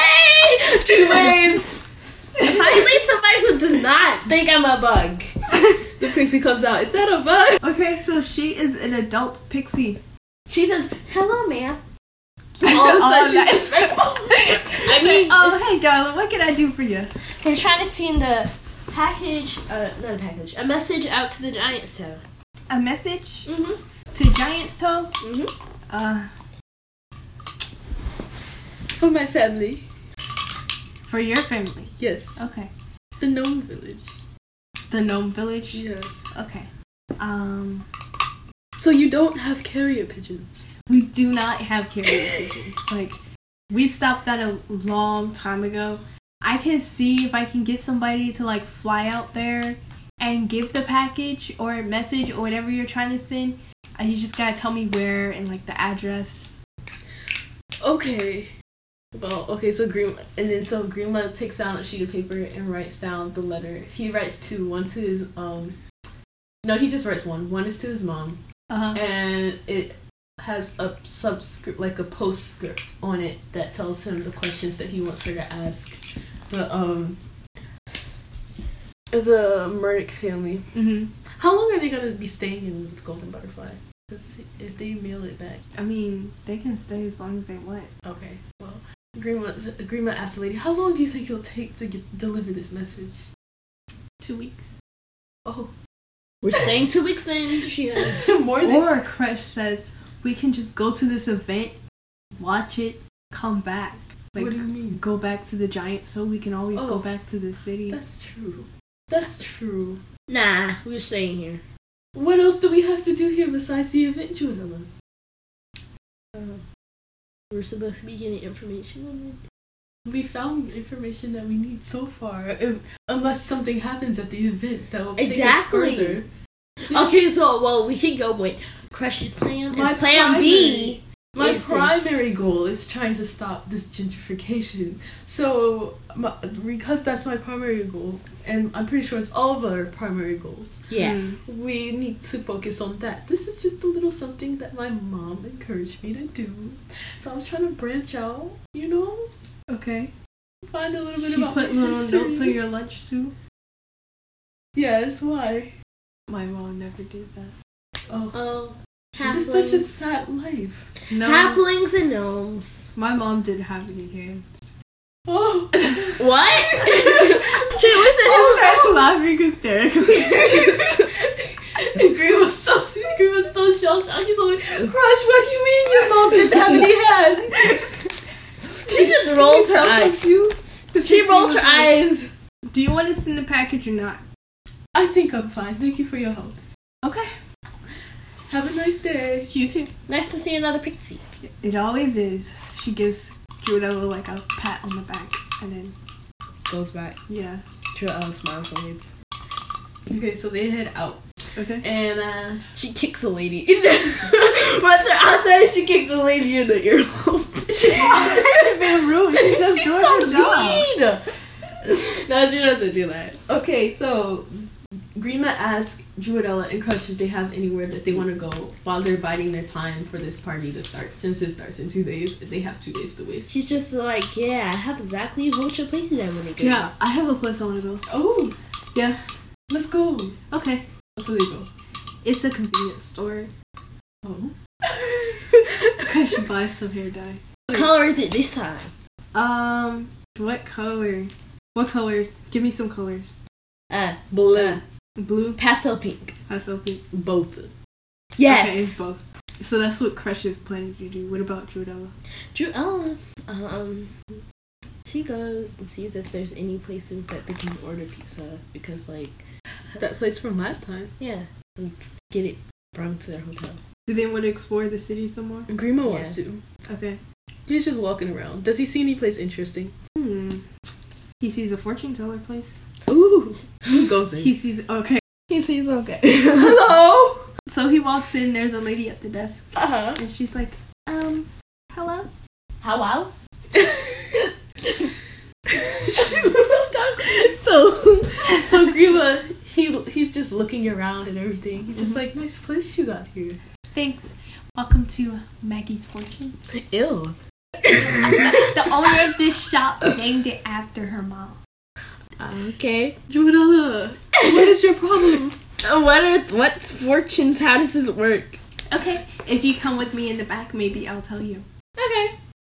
B: She waves. Finally, somebody who does not think I'm a bug.
C: The pixie comes out. Is that a bug?
A: Okay, so she is an adult pixie.
B: She says, "Hello, ma'am."
C: All of
A: All
C: a
A: of
C: sudden,
A: that.
C: she's respectful.
B: I
A: Say, oh hey darling, what can I do for you?
B: We're trying to send a package, uh, not a package, a message out to the giant. So,
A: A message
B: mm-hmm,
A: to Giant's Toe.
B: mm-hmm.
A: Uh,
C: For my family.
A: for your family.
C: Yes.
A: Okay.
C: The gnome village.
A: The Gnome Village.
C: Yes.
A: Okay. Um,
C: So you don't have carrier pigeons.
A: we do not have carrier pigeons. Like, we stopped that a long time ago. I can see if I can get somebody to like fly out there and give the package or message or whatever you're trying to send. Uh, You just gotta tell me where and like the address.
C: Okay. Well, okay, so Green and then so Greenland takes down a sheet of paper and writes down the letter. He writes two, one to his um No, he just writes one. One is to his mom.
A: Uh,
C: And it has a subscript like a postscript on it that tells him the questions that he wants her to ask. The um the Murdoch family.
A: hmm
C: How long are they gonna be staying in with Golden Butterfly? 'Cause if they mail it back,
A: I mean, they can stay as long as they want.
C: okay. Well, Grima Grima asked the lady, "How long do you think it'll take to get, deliver this message?"
A: Two weeks.
C: Oh,
B: we're staying two weeks then. She has.
C: more than
A: Or Crush says we can just go to this event, watch it, come back. Like,
C: what do you mean?
A: go back to the giant so we can always
C: Oh.
A: go back to the city.
C: That's true. That's true.
B: Nah, we're staying here.
C: What else do we have to do here besides the event, Junella?
B: Uh, We're supposed to be getting information on it.
C: We found information that we need so far, if, unless something happens at the event that will take
B: Exactly.
C: us further.
B: Okay, so well, we could go with Crush's plan.
C: My
B: and plan B.
C: My
B: Yes, they-
C: primary goal is trying to stop this gentrification. So, my, because that's my primary goal, and I'm pretty sure it's all of our primary goals,
B: Yes.
C: we need to focus on that. This is just a little something that my mom encouraged me to do. So, I was trying to branch out, you know,
A: Okay.
C: find a little bit
A: She
C: about
A: put
C: my
A: little
C: history.
A: notes on your lunch too.
C: Yes, why?
A: My mom never did that.
C: Oh,
B: Oh, halflings.
C: just such a sad life.
A: No.
B: halflings and gnomes.
A: my mom did have any hands.
C: Oh,
B: What? Shit, what's the
A: Oh, that's laughing hysterically.
C: And Green was so Green was so shell shocked. He's like, "Crush, what do you mean your mom didn't have any hands?"
B: She just rolls her
C: so
B: eyes.
C: Confused.
B: She rolls her
A: eyes.
B: eyes.
A: Do you want us in the package or not?
C: I think I'm fine. Thank you for your help.
A: Okay.
C: Have a nice day.
A: You too.
B: Nice to see another pixie.
A: It always is. She gives Giordano like a pat on the back and then
B: Goes back.
A: yeah.
B: True, smiles and waves.
C: Okay, so they head out,
A: Okay.
C: and uh,
B: She kicks a lady. Once they're outside, she kicks the lady in the earlobe.
A: been rude. She's just doing her job.
C: mean.
B: no, she doesn't do that.
C: Okay, so Grima asks Juadella and Crush if they have anywhere that they want to go while they're biding their time for this party to start. Since it starts in two days, they have two days to waste.
B: She's just like, yeah, I have exactly a bunch of places I want to go.
A: Yeah, I have a place I want to go.
C: Oh,
A: Yeah.
C: let's go.
A: Okay.
C: So they go.
A: It's a convenience store.
C: Oh.
A: I should buy some hair dye.
B: What color is it this time?
A: Um, what color? What colors? Give me some colors.
B: Uh,
C: Blue.
B: uh,
A: Blue.
B: pastel pink.
A: That's open.
C: Both.
B: Yes.
A: Okay, it's both. So that's what Crush is planning to do. What about Jordella?
B: Drew Ellen, um, she goes and sees if there's any places that they can order pizza because, like,
C: That place from last time.
B: yeah, and get it brought to their hotel.
A: Do they want to explore the city some more?
C: Grima wants to.
A: Okay.
C: He's just walking around. Does he see any place interesting?
A: Hmm. He sees a fortune teller place.
C: Ooh. He goes in.
A: He sees. Okay. He sees. Okay.
C: Hello.
A: so he walks in. There's a lady at the desk,
C: Uh huh.
A: and she's like, "Um, hello."
B: How wow?
C: middle. so Grima, he he's just looking around and everything. He's just like, nice place you got here.
A: Thanks. Welcome to Maggie's Fortune.
C: Ill.
A: The owner of this shop named it after her mom.
B: okay.
C: Juanella, what is your problem?
B: Uh, What are what's fortunes? How does this work?
A: Okay. If you come with me in the back, maybe I'll tell you.
B: Okay.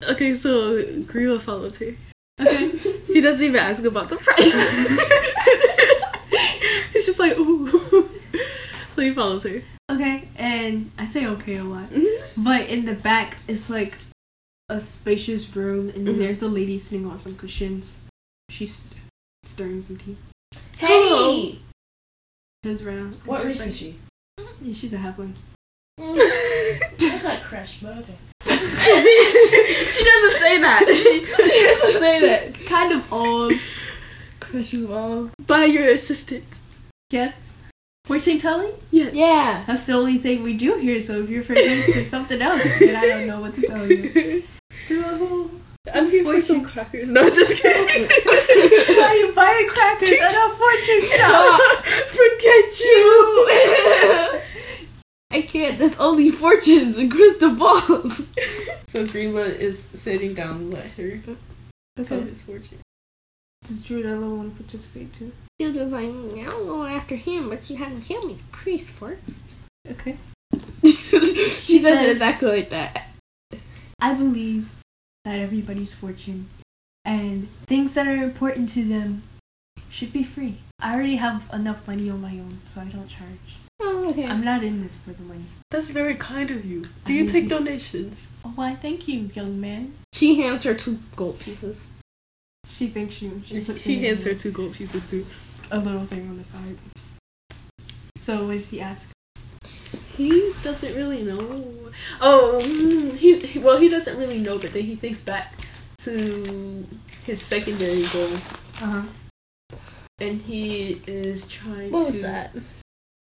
C: Okay, so Grima follows her.
A: Okay.
C: He doesn't even ask about the price. He's just like, ooh. So he follows her.
A: Okay, and I say okay a lot, but in the back it's like a spacious room, and then
C: Mhm.
A: there's a lady sitting on some cushions. She's stirring some tea.
C: Hello.
A: Turns around. and she's like-
B: she?
A: Yeah, she's a halfling.
B: Mm. I got crushed, but okay. she doesn't say that. She, doesn't say that.
A: Kind of old.
B: Crushes mom.
C: By your assistant.
A: Yes. Fortune telling?
C: Yes.
B: Yeah.
A: That's the only thing we do here. So if you're forgetting to something else, then I don't know what to tell you. So
C: I'm here for some crackers. No, just kidding.
A: why you buying crackers at a fortune shop?
B: Forget you. I can't. There's only fortunes and crystal balls.
C: so Greenwood is sitting down with her. Tell his fortune.
A: Does Drudella want to participate too?
B: She was like, "Mm, I don't go after him, but she had to kill me the priest first.
A: Okay.
B: she,
A: said-
B: said it exactly like that.
A: I believe that everybody's fortune and things that are important to them should be free. I already have enough money on my own, so I don't charge.
B: Oh, okay.
A: I'm not in this for the money.
C: That's very kind of you.
A: Do you take
C: donations?
A: Oh, why, thank you, young man.
B: she hands her two gold pieces.
A: She thinks you. She puts
C: He
A: in a
C: hands her
A: little-
C: two gold pieces too.
A: a little thing on the side. So what does he ask?
C: He doesn't really know. Oh, mm, he, he well, he doesn't really know, but then he thinks back to his secondary goal,
A: Uh huh.
C: and he is trying.
B: What
C: to,
B: was that?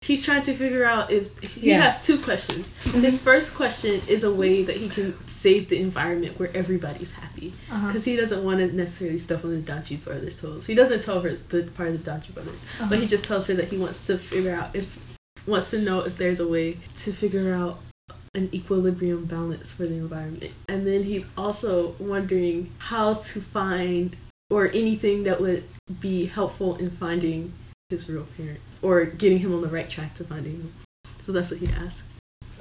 C: He's trying to figure out if he
B: Yeah.
C: has two questions. His first question is a way that he can save the environment where everybody's happy.
A: Uh-huh.
C: Because he doesn't want to necessarily step on the Dachi brothers' toes. He doesn't tell her the part of the Dachi brothers, but he just tells her that he wants to figure out if wants to know if there's a way to figure out an equilibrium balance for the environment. And then he's also wondering how to find or anything that would be helpful in finding his real parents or getting him on the right track to finding them. So that's what he asked.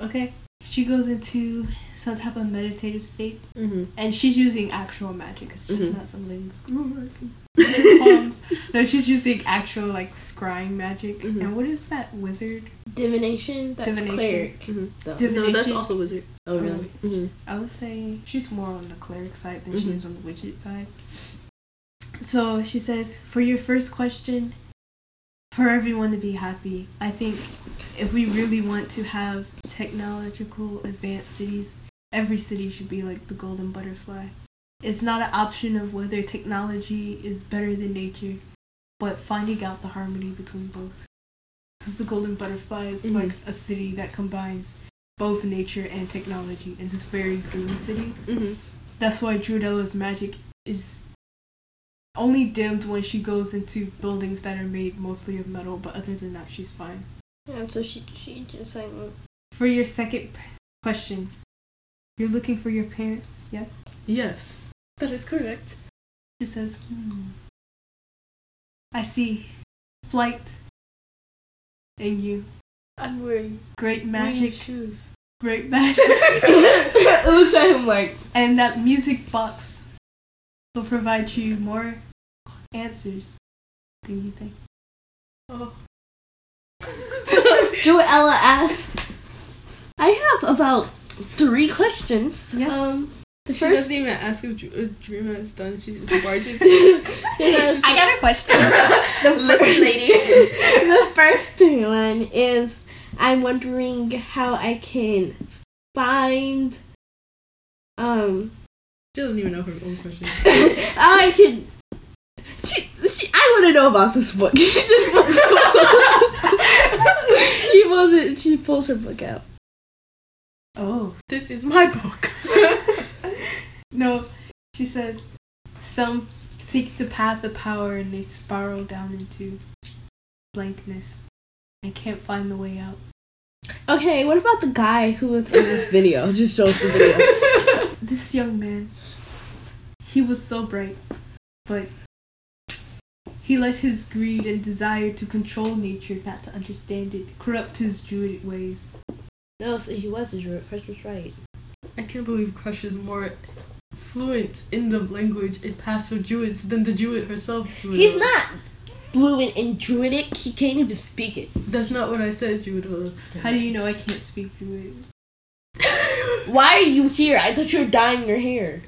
A: Okay. She goes into some type of meditative state,
C: Mm-hmm.
A: and she's using actual magic. It's just
C: Mhm.
A: not something.
C: Mm-hmm.
A: palms. No, she's using actual like scrying magic.
C: Mhm.
A: And what is that wizard?
B: Divination. That's
A: Divination.
B: cleric.
C: Mhm.
B: though.
A: Div-
C: No, that's
A: Divination.
C: also wizard.
B: oh, really?
C: hmm
A: I would say she's more on the cleric side than she
C: Mhm.
A: is on the wizard side. So she says, for your first question, for everyone to be happy, I think if we really want to have technological advanced cities, every city should be like the golden butterfly. It's not an option of whether technology is better than nature, but finding out the harmony between both. Because the golden butterfly is
C: Mhm.
A: like a city that combines both nature and technology, and it's a very green city.
C: hmm
A: That's why Druidella's magic is only dimmed when she goes into buildings that are made mostly of metal, but other than that, she's fine.
B: Yeah, so she she just like mm.
A: For your second p- question, you're looking for your parents, yes?
C: Yes, that is correct.
A: She says, hmm. I see flight in you.
C: I'm wearing
A: Great
C: magic
A: magic,
C: shoes.
A: great magic.
B: looks at him like
A: and that music box will provide you more answers than you think.
C: Oh.
B: Joella asks. I have about three questions.
A: Yes.
B: Um, the
C: she
B: first.
C: doesn't even ask if Dr- if Dreamer is done. She just barges in.
B: I
A: I got a question.
B: the first lady. the first one is I'm wondering how I can find um
C: She doesn't even know her own question.
B: how I can she, she, I want to know about this book. She just pulls she pulls it. She pulls her book out.
A: oh.
C: This is my book.
A: No, she said some seek the path of power and they spiral down into blankness and can't find the way out.
B: Okay, what about the guy who was in this video? Just show us the video.
C: Oh,
A: This young man, he was so bright, but he let his greed and desire to control nature, not to understand it, corrupt his druidic ways.
B: no, so he was a druid. Chris was right.
C: I can't believe Crush is more fluent in the language it passed with Druids than the Druid herself.
B: He's not fluent in druidic. He can't even speak it.
C: That's not what I said, Judah.
A: How do you know I can't speak druidic?
B: Why are you here? I thought you were dyeing your hair.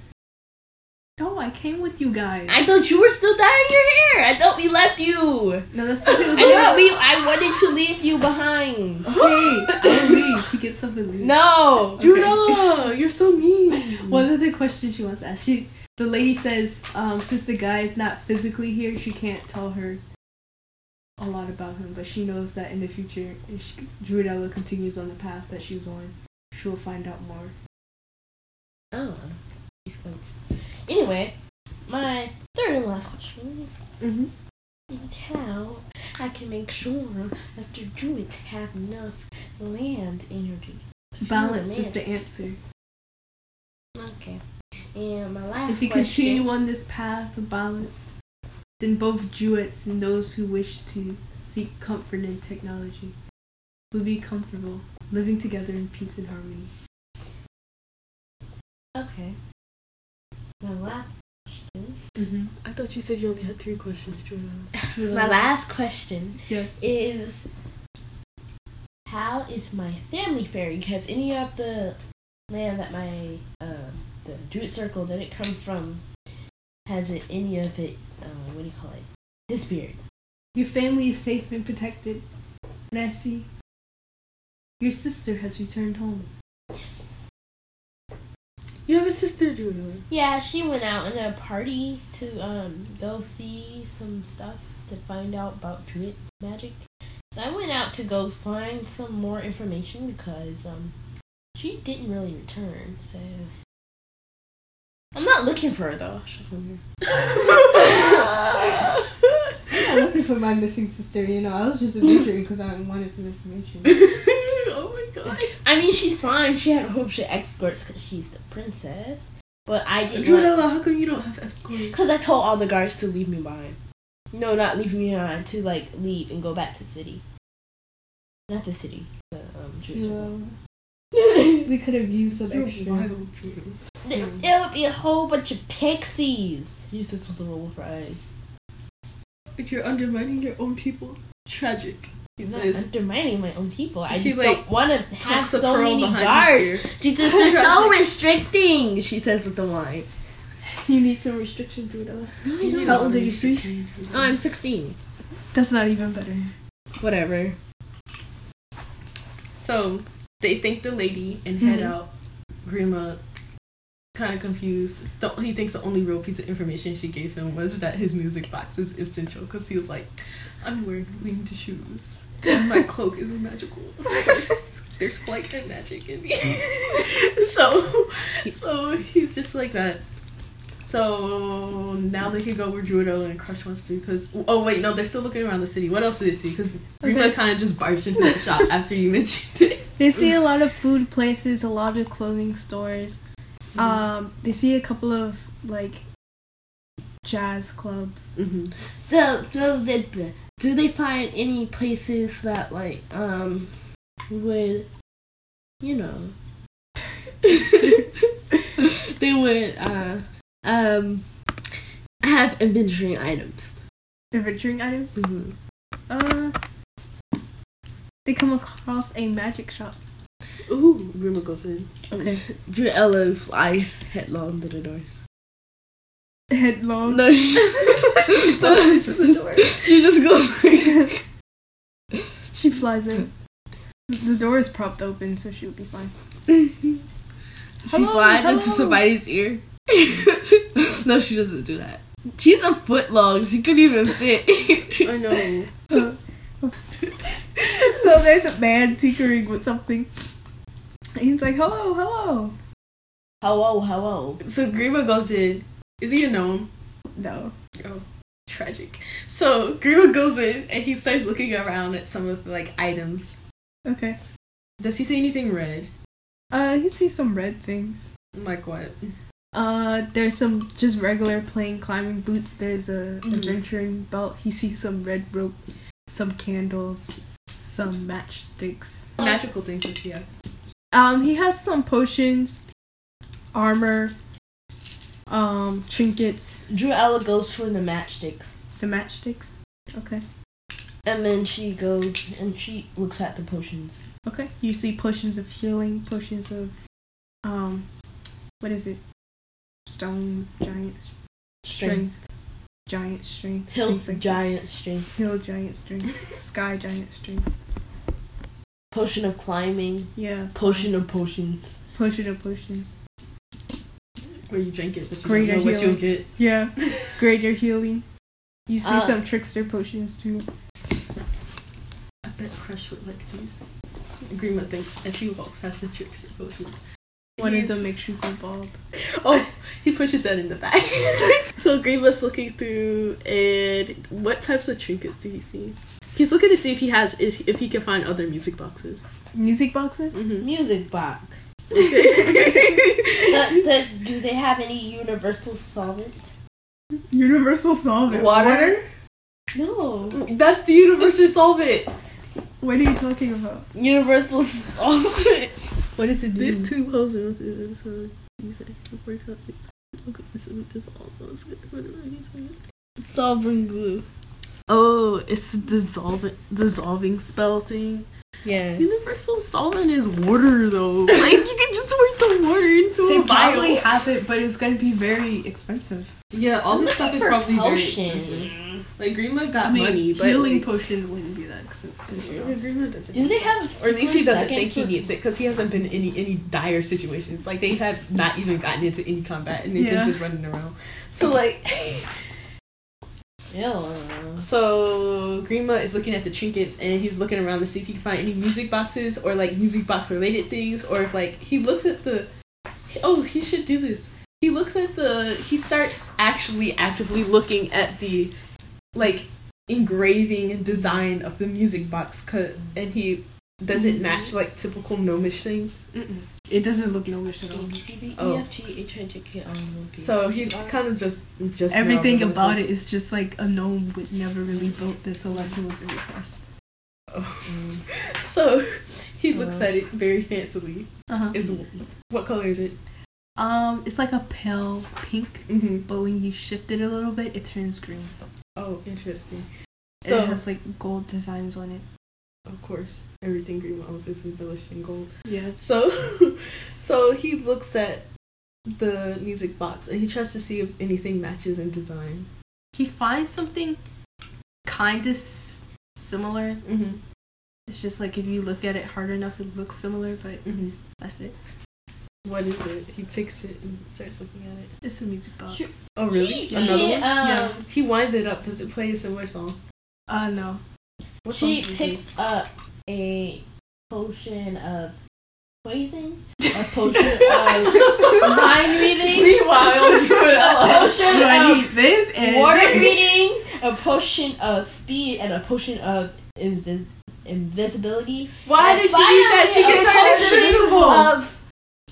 A: No, I came with you guys.
B: I thought you were still dyeing your hair. I thought we left you.
A: no, that's what it
B: I
A: was.
B: thought we. I wanted to leave you behind.
A: Hey, I'll leave to get something leave.
B: No.
C: Judah, you're so mean.
A: One other question she wants to ask. She, the lady says, um, since the guy is not physically here, she can't tell her a lot about him, but she knows that in the future, if she, Druidella continues on the path that she was on, she will find out more.
B: Oh, these quotes. Anyway, my third and last question
A: Mm-hmm.
B: is how I can make sure that the druids have enough land energy. to fuel
A: Balance
B: the
A: is the answer.
B: land. Okay. And my last
A: If you
B: question.
A: continue on this path of balance, then both Druids and those who wish to seek comfort in technology will be comfortable living together in peace and harmony.
B: Okay. My last question.
A: Mm-hmm.
C: I thought you said you only had three questions, Judah.
B: My last question
A: Yes.
B: is how is my family faring? Because any of the land that my uh, the Druid circle that it come from has it any of it uh, what do you call it disappeared?
A: Your family is safe and protected. And I see your sister has returned home.
B: Yes.
C: You have a sister, Judah.
B: Yeah, she went out in a party to um go see some stuff to find out about Druid magic. So I went out to go find some more information because um she didn't really return. So I'm not looking for her though. She's wondering.
A: I'm looking for my missing sister, you know. I was just adventuring because I wanted some information.
C: oh my god.
B: I mean, she's fine. She had a whole bunch of escorts because she's the princess. But I didn't. want-
C: Judah, how come you don't have escort?
B: Because I told all the guards to leave me behind. No, not leave me behind. To like leave and go back to the city. Not the city. The um, Jerusalem.
A: we could have used some
C: You're
A: extra.
C: wild, Judah.
B: There there would be a whole bunch of pixies. Use this with a roll for eyes.
C: You're undermining your own people. Tragic. He
B: I'm not
C: says,
B: undermining my own people. I
C: He,
B: just
C: like,
B: don't want to have
C: tucks a
B: so
C: pearl
B: many
C: behind his
B: guards.
C: ear.
B: She says they're so
C: Tragic.
B: restricting. She says with the wine.
A: You need some restriction, Judah.
B: No, I
C: You
B: don't.
C: need
A: How
C: a
A: old are you,
C: restriction,
B: Oh,
C: Judah.
B: I'm 16.
A: That's not even better.
B: Whatever.
C: So they thank the lady and head
A: Mhm.
C: out. Grima, kind of confused. The, he thinks the only real piece of information she gave him was that his music box is essential because he was like, I'm wearing winged shoes. And my cloak is magical. There's, there's flight and magic in me. so, so he's just like that. So now they can go where Druido and Crush wants to because oh wait no they're still looking around the city. What else do they see? Because Grima kind of just barged into that shop after you mentioned it.
A: They see a lot of food places, a lot of clothing stores. Um, they see a couple of like jazz clubs.
C: Mm-hmm.
B: So, so they, do they find any places that like um would you know they would uh um have inventory items
A: Adventuring items.
B: mm-hmm.
A: Uh, they come across a magic shop.
C: Ooh, Grima goes in.
B: okay Druella flies headlong to the door
A: Headlong.
B: no she,
C: Bounces Oh. to the door.
B: she just goes like
A: She flies in. The door is propped open, so she'll be fine.
B: She
A: Hello,
B: flies into
A: hello.
B: somebody's ear. no, she doesn't do that. She's a foot long. She couldn't even fit.
C: I know.
A: so there's a man tinkering with something. And he's like, hello, hello.
B: hello, hello.
C: So Grima goes in. Is he a gnome?
A: No.
C: Oh, tragic. So Grima goes in and he starts looking around at some of the like items.
A: Okay.
C: Does he see anything red?
A: Uh, he sees some red things.
C: Like what?
A: Uh, there's some just regular plain climbing boots. There's a
C: Mhm.
A: adventuring belt. He sees some red rope, some candles, some matchsticks.
C: Magical things to see.
A: Um, he has some potions, armor, um, trinkets.
B: Drew Ella goes for the matchsticks.
A: The matchsticks. Okay.
B: And then she goes and she looks at the potions.
A: Okay. You see potions of healing, potions of, um, what is it? Stone giant
B: Strength.
A: string, giant string,
B: Hill
A: things like that.
B: giant strength.
A: hill giant string, sky giant string.
B: Potion of climbing.
A: Yeah.
B: Potion of potions.
A: Potion of potions.
C: Where you drink it, but you
A: Greater
C: don't know what
A: healing.
C: you'll get.
A: Yeah. Greater healing. You see
B: Uh,
A: some trickster potions too.
C: I bet Crush would like these. Grima thinks as he walks past the trick potions.
A: One
C: He's-
A: of them makes you go bald.
C: Oh, he pushes that in the back. so Grima's looking through, and what types of trinkets do he see? He's looking to see if he has is if he can find other music boxes.
A: Music boxes.
C: Mm-hmm.
B: Music box.
C: Okay.
B: Do- do- do they have any universal solvent?
A: Universal solvent.
C: Water?
B: No.
C: That's the universal solvent.
A: What are you talking about?
B: Universal solvent.
A: What does it do?
C: These two hoes are so he said "Don't break up. It's- okay, this is- this is also is good. What did he say?
B: Solvent glue.
C: Oh, it's a dissolving dissolving spell thing.
B: Yeah.
C: Universal solvent is water though. Like you can just pour some water into
A: They
C: a
A: probably
C: vial.
A: have it, but it's going to be very expensive.
C: Yeah, all this stuff is probably
B: very
C: very
B: Potion.
C: expensive.
B: expensive.
C: Like Greenwood got
A: I mean,
C: money, but
A: healing
C: like,
A: potion wouldn't be that expensive.
C: Greenwood doesn't.
B: Do they have?
C: Or at least he doesn't think he
B: second-
C: needs it because he hasn't been in any any dire situations. Like they have not even gotten into any combat and they've
A: Yeah.
C: been just running around. So like,
B: Yeah.
C: so Grima is looking at the trinkets and he's looking around to see if he can find any music boxes or like music box related things or if like he looks at the. Oh, he should do this. He looks at the. He starts actually actively looking at the, like, engraving and design of the music box, co- and he does it match like typical gnomish things.
A: Mm-mm. Mm-hmm. It doesn't look gnomish at
B: A,
A: all.
B: B, C, D, E,
C: Oh.
B: F, G, H, I, J, K, L, M, N, P.
C: So he kind of just just
A: Everything about it is just like a gnome would never really build this unless it was really fast.
B: Mm.
C: So he looks
B: Uh.
C: at it very fancily.
A: Uh-huh.
C: Is what color is it?
A: Um, it's like a pale pink,
C: Mm-hmm.
A: but when you shift it a little bit, it turns green.
C: Oh, interesting.
A: So
C: So-
A: it has like gold designs on it.
C: Of course, everything green owns is embellished in gold.
A: Yeah.
C: So, so he looks at the music box and he tries to see if anything matches in design.
A: He finds something kind of s- similar.
C: Mm-hmm.
A: It's just like if you look at it hard enough, it looks similar, but
C: Mm-hmm.
A: that's it.
C: What is it? He takes it and starts looking at it.
A: It's a music box.
B: Sure.
C: Oh, really?
B: She,
C: Another
B: she,
C: one?
B: um,
A: Yeah.
C: He winds it up. Does it play a similar song?
A: Uh, no.
C: What song
B: she
C: does it play?
B: picks up a potion of poison, a potion of mind reading,
C: Meanwhile,
B: a potion of
A: this
B: water reading, a potion of speed, and a potion of invis- invisibility.
C: Why
B: And
C: did she do that? She
B: finally,
C: gets
B: a
C: her
B: potion
C: invisible.
B: Of,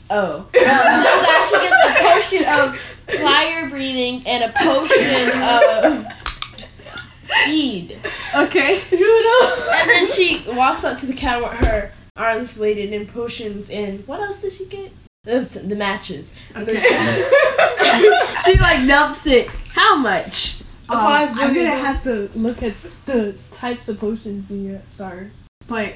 B: oh, Uh, so that she gets a potion of fire breathing and a potion of speed.
A: Okay.
B: And then she walks up to the counter with her arms laden in potions and what else did she get? The, the matches. And then she, she like dumps it. How much?
A: Um,
B: Five
A: I'm gonna
B: billion.
A: have to look at the types of potions in your sorry. But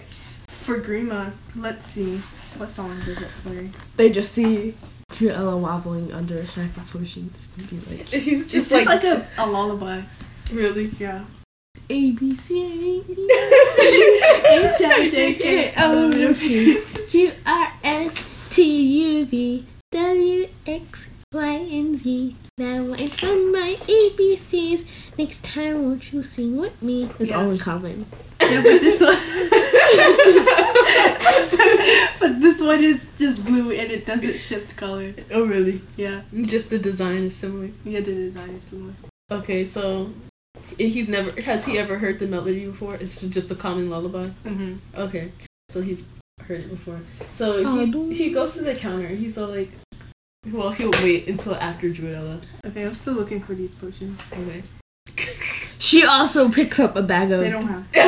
A: for Grima, let's see. What song does it play?
B: They just see Drew Ella wobbling under a sack of potions and be like,
C: He's
A: it's
C: just,
A: just like, a, a lullaby.
C: really.
A: Yeah.
B: A E. B C
A: H I J um, K
C: Oh,
A: L M N O P.
B: A Q R S T U V W X Y and Z. Now I sing my ABCs. Next time, won't you sing with me? It's
A: Yeah.
B: all in common.
A: Yeah, but this one. but this one is just blue and it doesn't shift color.
C: Oh, really?
A: Yeah.
C: Just the design is similar.
A: Yeah, the design is similar.
C: Okay, so eh, he's never has he ever heard the melody before? It's just a common lullaby.
A: Mm-hmm.
C: Okay, so he's heard it before. So
A: Oh,
C: he he goes to the counter. He's all like, well, he'll wait until after Druidella.
A: Okay, I'm still looking for these potions.
C: Okay.
B: She also picks up a bag of.
A: They don't have.
B: do they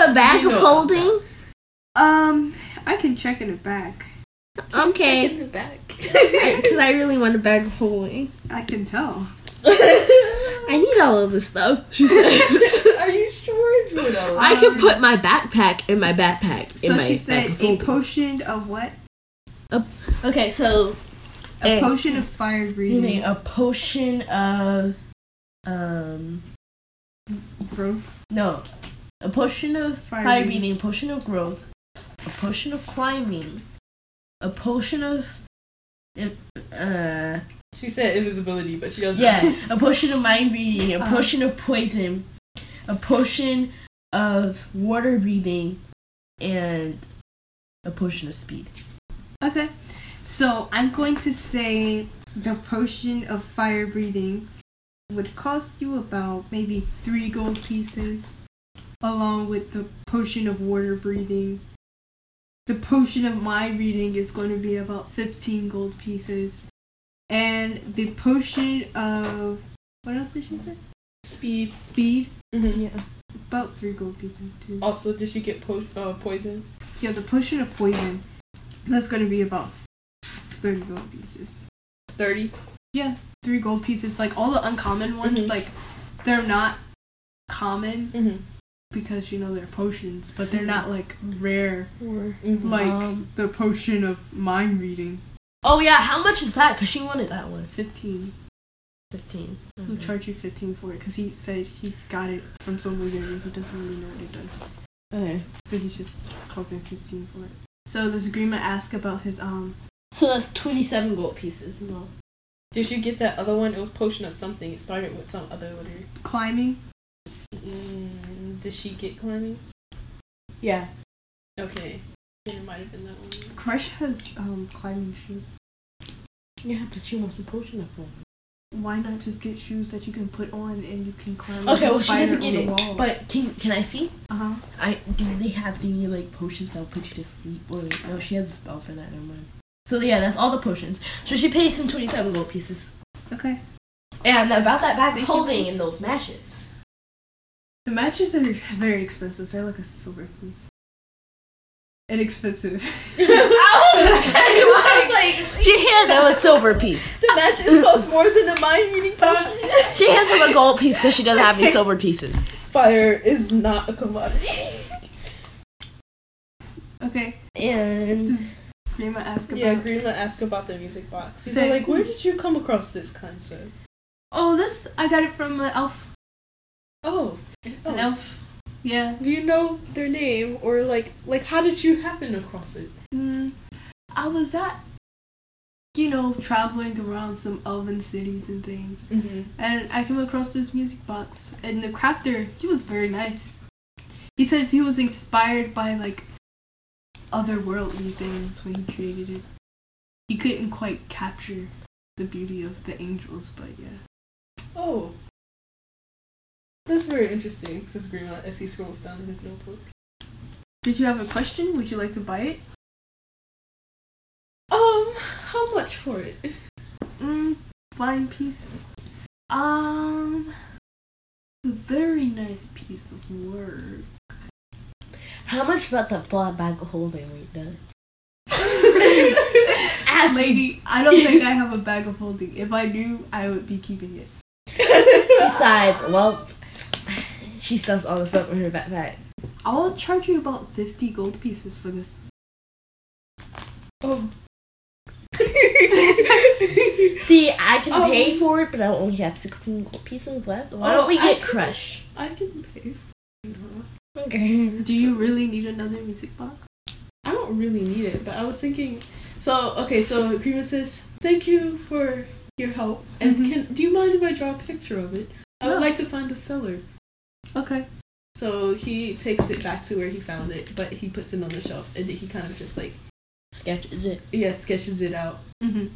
B: have a bag
C: You
B: of
C: know
B: holding?
A: Um, I can check in the back.
B: Okay,
C: In the back.
B: because I really want a bag of holding.
A: I can tell.
B: I need all of this stuff. She says.
C: Are you sure, Druidella?
B: I can put my backpack in my backpack in
A: So
B: my
A: she
B: bag
A: said
B: of
A: a
B: holding.
A: potion of what?
B: okay, so
A: A
B: Eh.
A: potion of fire
B: you
A: breathing.
B: need a potion of, um,
A: Growth.
B: no, a potion of
A: Fire
B: fire,
A: breathing.
B: breathing. a potion of growth, a potion of climbing, a potion of, uh,
C: She said invisibility, but she doesn't.
B: yeah, a potion of mind reading, a
A: Uh-huh.
B: potion of poison, a potion of water breathing, and a potion of speed.
A: Okay. So I'm going to say the potion of fire breathing would cost you about maybe three gold pieces, along with the potion of water breathing. The potion of mind reading is going to be about 15 gold pieces. And the potion of. What else did she say?
C: Speed.
A: Speed,
C: Mhm.
A: about three gold pieces too.
C: Also, did she get po- uh, poison?
A: Yeah, the potion of poison, that's going to be about 30 gold pieces.
C: Thirty.
A: three gold pieces, like all the uncommon ones,
C: Mhm.
A: like they're not common
C: Mm-hmm.
A: because you know they're potions, but they're not like rare,
C: Like
A: like the potion of mind reading.
B: Oh yeah, how much is that? Cause she wanted that one.
A: 15
B: Fifteen.
A: He'll
B: Mm-hmm.
A: charge you fifteen for it because he said he got it from some wizard and he doesn't really know what it does,
B: Okay.
A: so he's just causing fifteen for it. So this Grima asked about his um.
B: So that's twenty-seven gold pieces. No.
C: Did you get that other one? It was potion of something. It started with some other letter.
A: Climbing,
C: Mm, did she get climbing?
B: Yeah.
C: Okay. Then it might have been that one.
A: Crush has um climbing shoes.
B: Yeah, but she wants a potion of them.
A: Why not just get shoes that you can put on and you can climb? like
B: Okay,
A: a
B: well she
A: spider
B: doesn't
A: on
B: get
A: the
B: it.
A: wall?
B: But can can I see?
A: uh-huh.
B: I do they have any like potions that'll put you to sleep? Or wait, no, she has a spell for that. Never mind. So yeah, that's all the potions. So she pays him twenty-seven gold pieces.
A: Okay.
B: And about that bag of
A: Thank you.
B: holding and those matches.
A: The matches are very expensive. They're like a silver piece. Inexpensive.
B: I
C: like,
B: She hands him a silver piece.
C: the matches cost more than the mind reading potion.
B: She hands him a gold piece because she doesn't have any silver pieces.
C: Fire is not a commodity.
A: okay.
B: And
A: Does Grima ask about?
C: yeah, Greenla asked about the music box. She's
A: Say-
C: like, where did you come across this concept?
A: oh, this I got it from an elf.
C: Oh,
A: An elf. Yeah.
C: Do you know their name or like like how did you happen across it?
A: Mm, I was at, you know, traveling around some elven cities and things,
C: Mm-hmm.
A: and I came across this music box, and the crafter he was very nice. He said he was inspired by like otherworldly things when he created it. He couldn't quite capture the beauty of the angels, but yeah.
C: Oh. That's very interesting, says Greenla as he scrolls down in his notebook.
A: Did you have a question? Would you like to buy it?
C: Um, how much for it?
A: Mm, blind piece. Um, a very nice piece of work.
B: how much about the black bag of holding we've done?
A: Lady, I don't think I have a bag of holding. If I do, I would be keeping it.
B: Besides, well, she stuffs all the stuff in her backpack.
A: I'll charge you about 50 gold pieces for this.
C: Oh.
B: See, I can
C: Oh.
B: pay for it, but I only have 16 gold pieces left. Why
C: Oh,
B: don't we
C: I
B: get
C: could-
B: Crush?
C: I can pay. No.
B: Okay.
A: Do you really need another music box?
C: I don't really need it, but I was thinking. So okay, so Grima says, "Thank you for your help, and
A: Mhm.
C: can do you mind if I draw a picture of it? I would
A: No.
C: like to find the seller."
A: Okay.
C: So he takes it back to where he found it, but he puts it on the shelf, and then he kind of just like
B: Sketch is it?
C: yeah sketches it out.
A: Mm-hmm.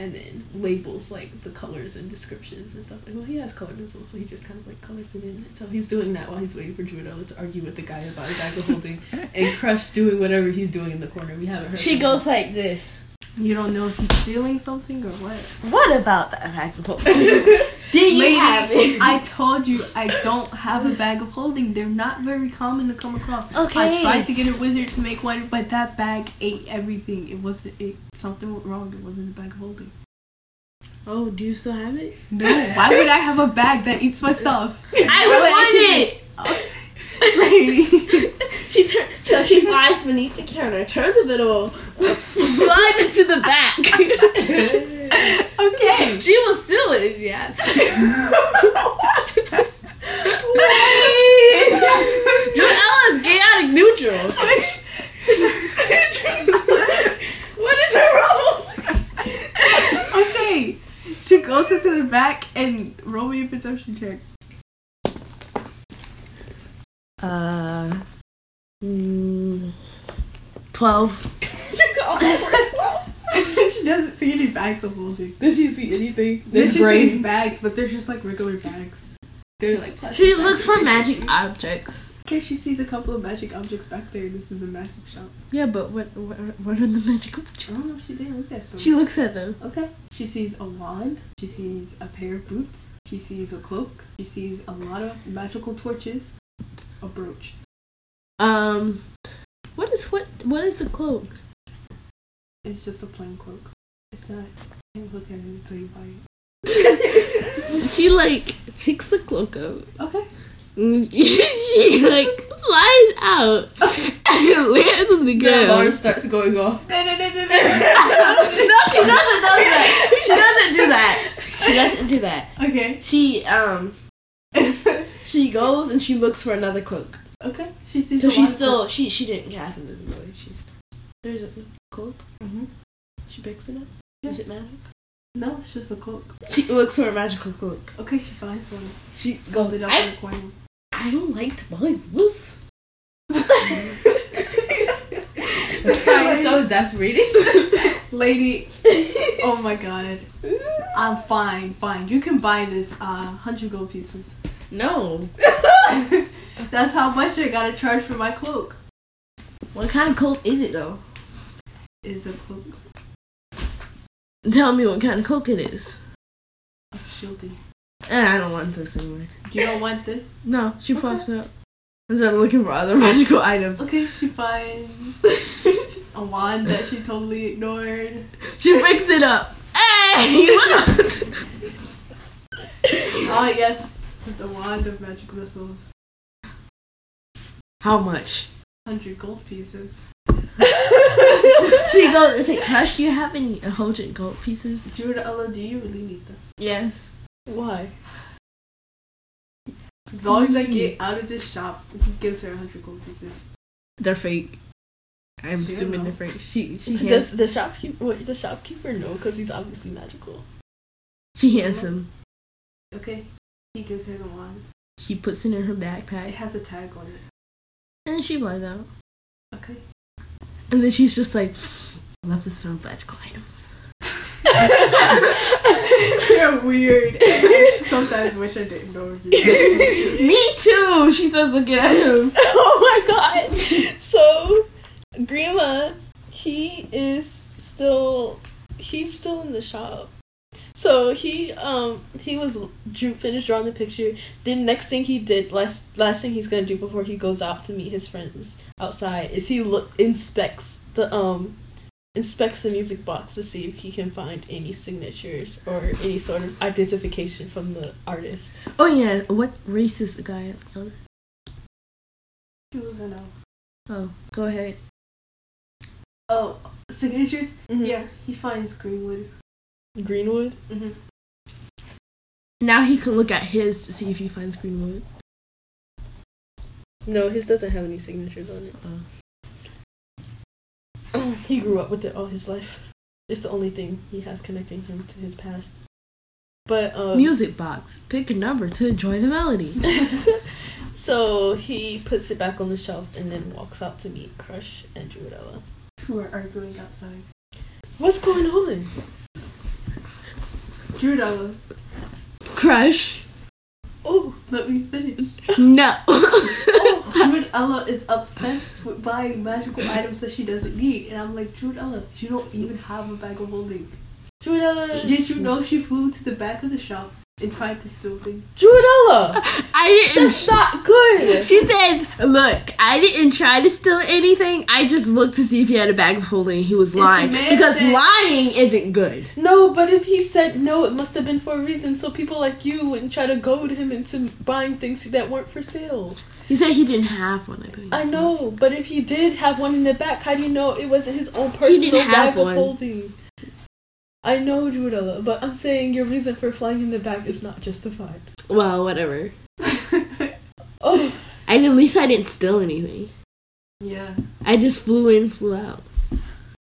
C: and then labels like the colors and descriptions and stuff. Like, well, he has color pencils, so he just kind of like colors it in. So he's doing that while he's waiting for Judo to argue with the guy about his alcohol holding, and Crush doing whatever he's doing in the corner. We haven't heard.
B: She
C: from
B: goes like this.
A: You don't know if he's stealing something or what.
B: What about that rifle?
A: Did
B: you have it?
A: I told you I don't have a bag of holding. They're not very common to come across. I
B: Okay.
A: tried to get a wizard to make one, but that bag ate everything. It wasn't. It something went wrong. It wasn't a bag of holding.
B: oh, do you still have it?
A: No, why would I have a bag that eats my stuff?
B: I
A: Why would
B: want
A: I
B: it.
A: Lady.
B: She turns. So she flies beneath the counter, turns a bit of, flies into the back.
A: Okay.
C: She was still it, yes. Joella is chaotic neutral.
B: what is her problem?
A: okay. She goes into the back and roll me a perception check.
B: Uh, mm, twelve.
A: she doesn't see any bags of holding.
C: Did she see anything?
A: There's just these bags, but they're just like regular bags.
C: They're like plastic
D: She
C: bags.
D: looks for magic objects.
A: Okay, she sees a couple of magic objects back there. This is a magic shop.
B: Yeah, but what what are, what are the magic objects?
A: I don't know if she didn't look at them.
B: She looks at them.
A: okay. She sees a wand. She sees a pair of boots. She sees a cloak. She sees a lot of magical torches. A brooch.
B: Um, what is what what is the cloak?
A: It's just a plain cloak. It's not. You can't look at it until you buy it.
B: She like picks the cloak up.
A: Okay.
B: Mm, she like flies out and lands on the
C: The alarm
B: ground.
C: starts going off.
D: No, she doesn't do that. She doesn't do that. She doesn't do that.
A: okay.
B: She um she goes and she looks for another cloak.
A: Okay. She sees.
B: So
A: a
B: she's
A: wand
B: still
A: that's-
B: Oh, she she didn't cast invisibility. She's there's a cloak.
A: Mhm.
B: She picks it up. Does it matter?
A: No, it's just a cloak.
B: She looks for a magical cloak.
A: Okay, she finds one.
B: She
C: Oh,
A: Fold it up
B: I-
A: in a corner.
B: I don't like to buy this.
C: I'm so exasperating.
A: Lady, oh my god. I'm fine, fine. You can buy this uh, 100 gold pieces.
B: No.
A: That's how much I gotta charge for my cloak.
B: What kind of cloak is it though?
A: Is a cloak
B: Tell me what kind of cloak it is.
A: of shielding.
B: Eh, I don't want this anyway.
A: You don't want this?
B: No, she pops up. Instead of looking for other magical items,
A: Okay, she finds a wand that she totally ignored.
B: she picks it up. Hey! what?
A: Ah, yes, the wand of magic missiles.
B: How much?
A: 100 gold pieces.
B: She goes, it's like, Crush, do you have any Hojan gold pieces?
A: Judah Ella, do you really need this?
B: Yes.
C: Why?
A: As long as I get out of this shop, he gives her 100 gold pieces.
B: They're fake. I'm
A: She
B: assuming
A: don't
B: they're
A: know.
B: fake. She she hands,
C: Does the shopkeeper? Wait, the shopkeeper know because he's obviously magical.
B: she hands him.
A: Okay, he gives her the wand.
B: She puts it in her
A: It
B: backpack
A: has a tag on it.
B: and she flies out.
A: Okay.
B: And then she's just like, I love to smell magical items.
A: You're weird. I sometimes wish I didn't know you.
B: Me too. She says, looking at him.
C: oh my god! So, Grima, he is still he's still in the shop. So he um he was drew finished drawing the picture. Then next thing he did last last thing he's gonna do before he goes out to meet his friends outside is he look inspects the um inspects the music box to see if he can find any signatures or any sort of identification from the artist.
B: Oh yeah, what race is the guy? at the counter?
A: He was an elf.
B: Oh, go ahead.
A: Oh, signatures?
B: Mm-hmm.
A: Yeah, he finds Greenwood.
C: Greenwood.
A: Mm-hmm.
B: Now he can look at his to see if he finds Greenwood.
C: No, his doesn't have any signatures on it. Oh. he grew up with it all his life. It's the only thing he has connecting him to his past. But um,
B: Music box. Pick a number to enjoy the melody.
C: so he puts it back on the shelf and then walks out to meet Crush and Druidella.
A: Who are arguing outside.
C: What's going on?
A: Drew Doggo.
B: Crush.
A: Oh, let me finish.
B: No.
A: Oh, Jude Ella is obsessed with buying magical items that she doesn't need. And I'm like, Jude Ella, you don't even have a bag of holding.
E: Judella.
A: Did you know she flew to the back of the shop and tried to steal things?
E: Judella.
B: I
E: That's
B: didn't.
E: not good.
B: She says, "Look, I didn't try to steal anything. I just looked to see if he had a bag of holding. He was
A: the
B: lying
A: man
B: because
A: said-
B: lying isn't good."
C: No, but if he said no, it must have been for a reason, so people like you wouldn't try to goad him into buying things that weren't for sale.
B: He said he didn't have one. I think.
C: I know, but if he did have one in the back, how do you know it wasn't his own
B: He didn't
C: personal
B: have
C: bag of
B: one.
C: holding? I know, Judella, but I'm saying your reason for flying in the back is not justified.
B: Well, whatever.
C: Oh,
B: And at least I didn't steal anything.
A: Yeah.
B: I just flew in, flew out.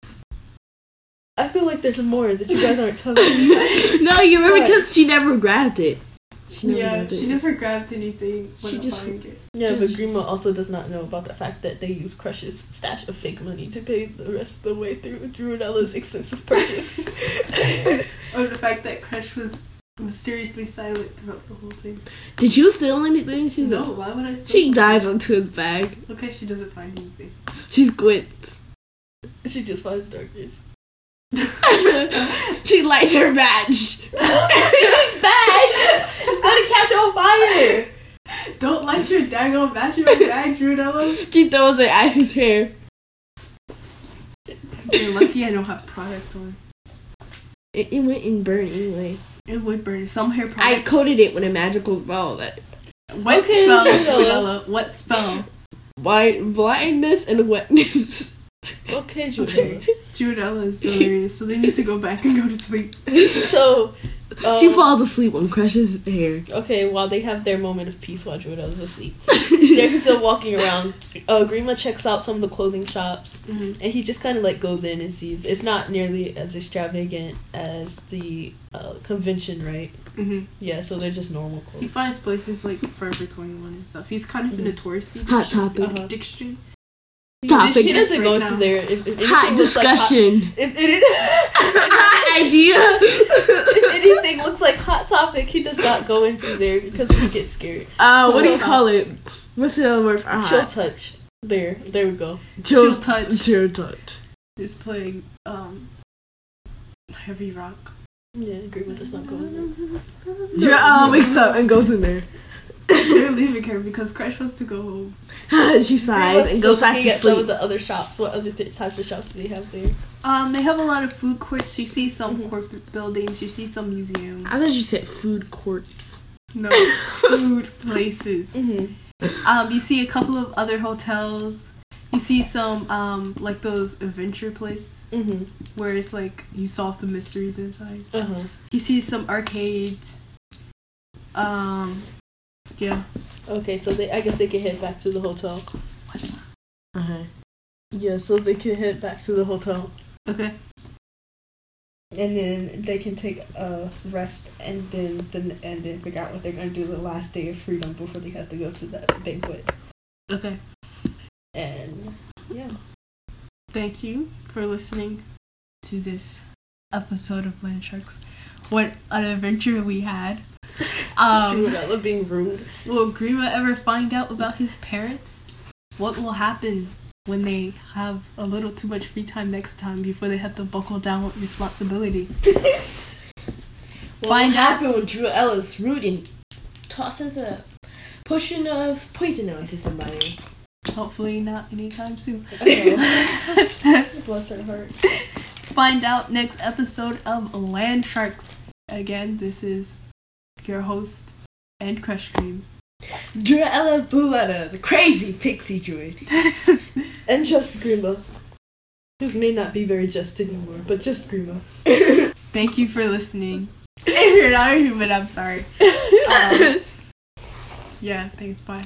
C: I feel like there's more that you guys aren't telling me.
B: No, you remember
C: Right.
B: because she never grabbed it. She never
A: Yeah,
B: grabbed it.
A: she never grabbed anything when
B: She just-
A: buying it.
C: Yeah, but Grima also does not know about the fact that they use Crush's stash of fake money to pay the rest of the way through Druidella's expensive purchase.
A: Or Oh, the fact that Crush was mysteriously silent throughout the whole thing.
B: Did you steal anything? She's
A: no,
B: like,
A: why would I steal
B: she
A: something?
B: dives onto his bag.
A: Okay, she doesn't find anything.
B: She squints.
C: she just finds darkness.
B: she lights her match.
C: it's bad! It's gonna catch on fire!
A: Don't light your daggone match in my bag, Drudella.
B: She throws it at his hair.
A: You're lucky I don't have product on.
B: It, it went and burned anyway.
A: It would burn. Some hair product.
B: I coated it with a magical spell that
A: What
C: Okay,
A: spell,
C: Drudella.
A: Drudella? What spell?
B: blind, blindness and wetness.
C: Okay, Judella.
A: Drudella is delirious, so they need to go back and go to sleep.
C: So, um,
B: she falls asleep on Crush's hair.
C: Okay, while they have their moment of peace while Druidella's asleep, they're still walking around. Uh, Grima checks out some of the clothing shops.
A: Mm-hmm,
C: and he just kind of like goes in and sees it's not nearly as extravagant as the uh, convention right
A: hmm
C: yeah so they're just normal
A: He
C: clothes
A: finds places like Forever 21 and stuff. He's kind of in a touristy
B: Hot
A: district-
B: topic.
A: uh, district.
C: he,
B: Topic.
C: he doesn't go
A: Right
C: into
A: now.
C: there if, if
B: Hot
C: anything looks like
B: discussion.
C: hot, if, it-
B: Hot idea.
C: if anything looks like hot topic he does not go into there because he gets scared
B: Uh, what do you call it? What's the other word for
C: she'll
B: hot?
C: touch there there we go
A: Chill
B: Chill
A: Touch
B: Chill touch.
A: is playing um, heavy rock.
C: yeah agreement does not go in there
B: Dra- uh, wakes up and goes in there.
A: They're leaving her because Crash wants to go home.
B: she sighs and goes back
C: Looking
B: to
C: at some of
B: sleep.
C: the other shops what other th- types of shops do they have there
A: Um, they have a lot of food courts. You see some
C: Mhm.
A: corporate buildings. You see some museums.
B: I thought you said food corpse.
A: No food places.
C: mm-hmm.
A: Um, you see a couple of other hotels. You see some um like those adventure place
C: Mm-hmm.
A: where it's like you solve the mysteries inside.
C: uh-huh
A: You see some arcades. Um, yeah.
C: okay so they i guess they can head back to the hotel
B: Uh-huh.
C: Yeah, so they can head back to the hotel.
A: Okay.
C: And then they can take a rest and then the, and then figure out what they're gonna do the last day of freedom before they have to go to that banquet.
A: Okay.
C: And yeah.
A: Thank you for listening to this episode of Land Sharks. What an adventure we had. Um,
C: Cruella being rude.
A: Will Grima ever find out about his parents? What will happen when they have a little too much free time next time before they have to buckle down with responsibility?
E: What
A: Find out.
E: happened when Drew Ellis rooting tosses a potion of poison onto somebody?
A: Hopefully, not anytime soon.
C: Bless her heart.
A: Find out next episode of Land Sharks. Again, this is your host and Crush Cream.
E: Druella Buletta, the crazy pixie druid.
C: And just Grima. Who may not be very just anymore, but just Grima.
A: Thank you for listening. If you're not a human, I'm sorry. Um, yeah, thanks. Bye.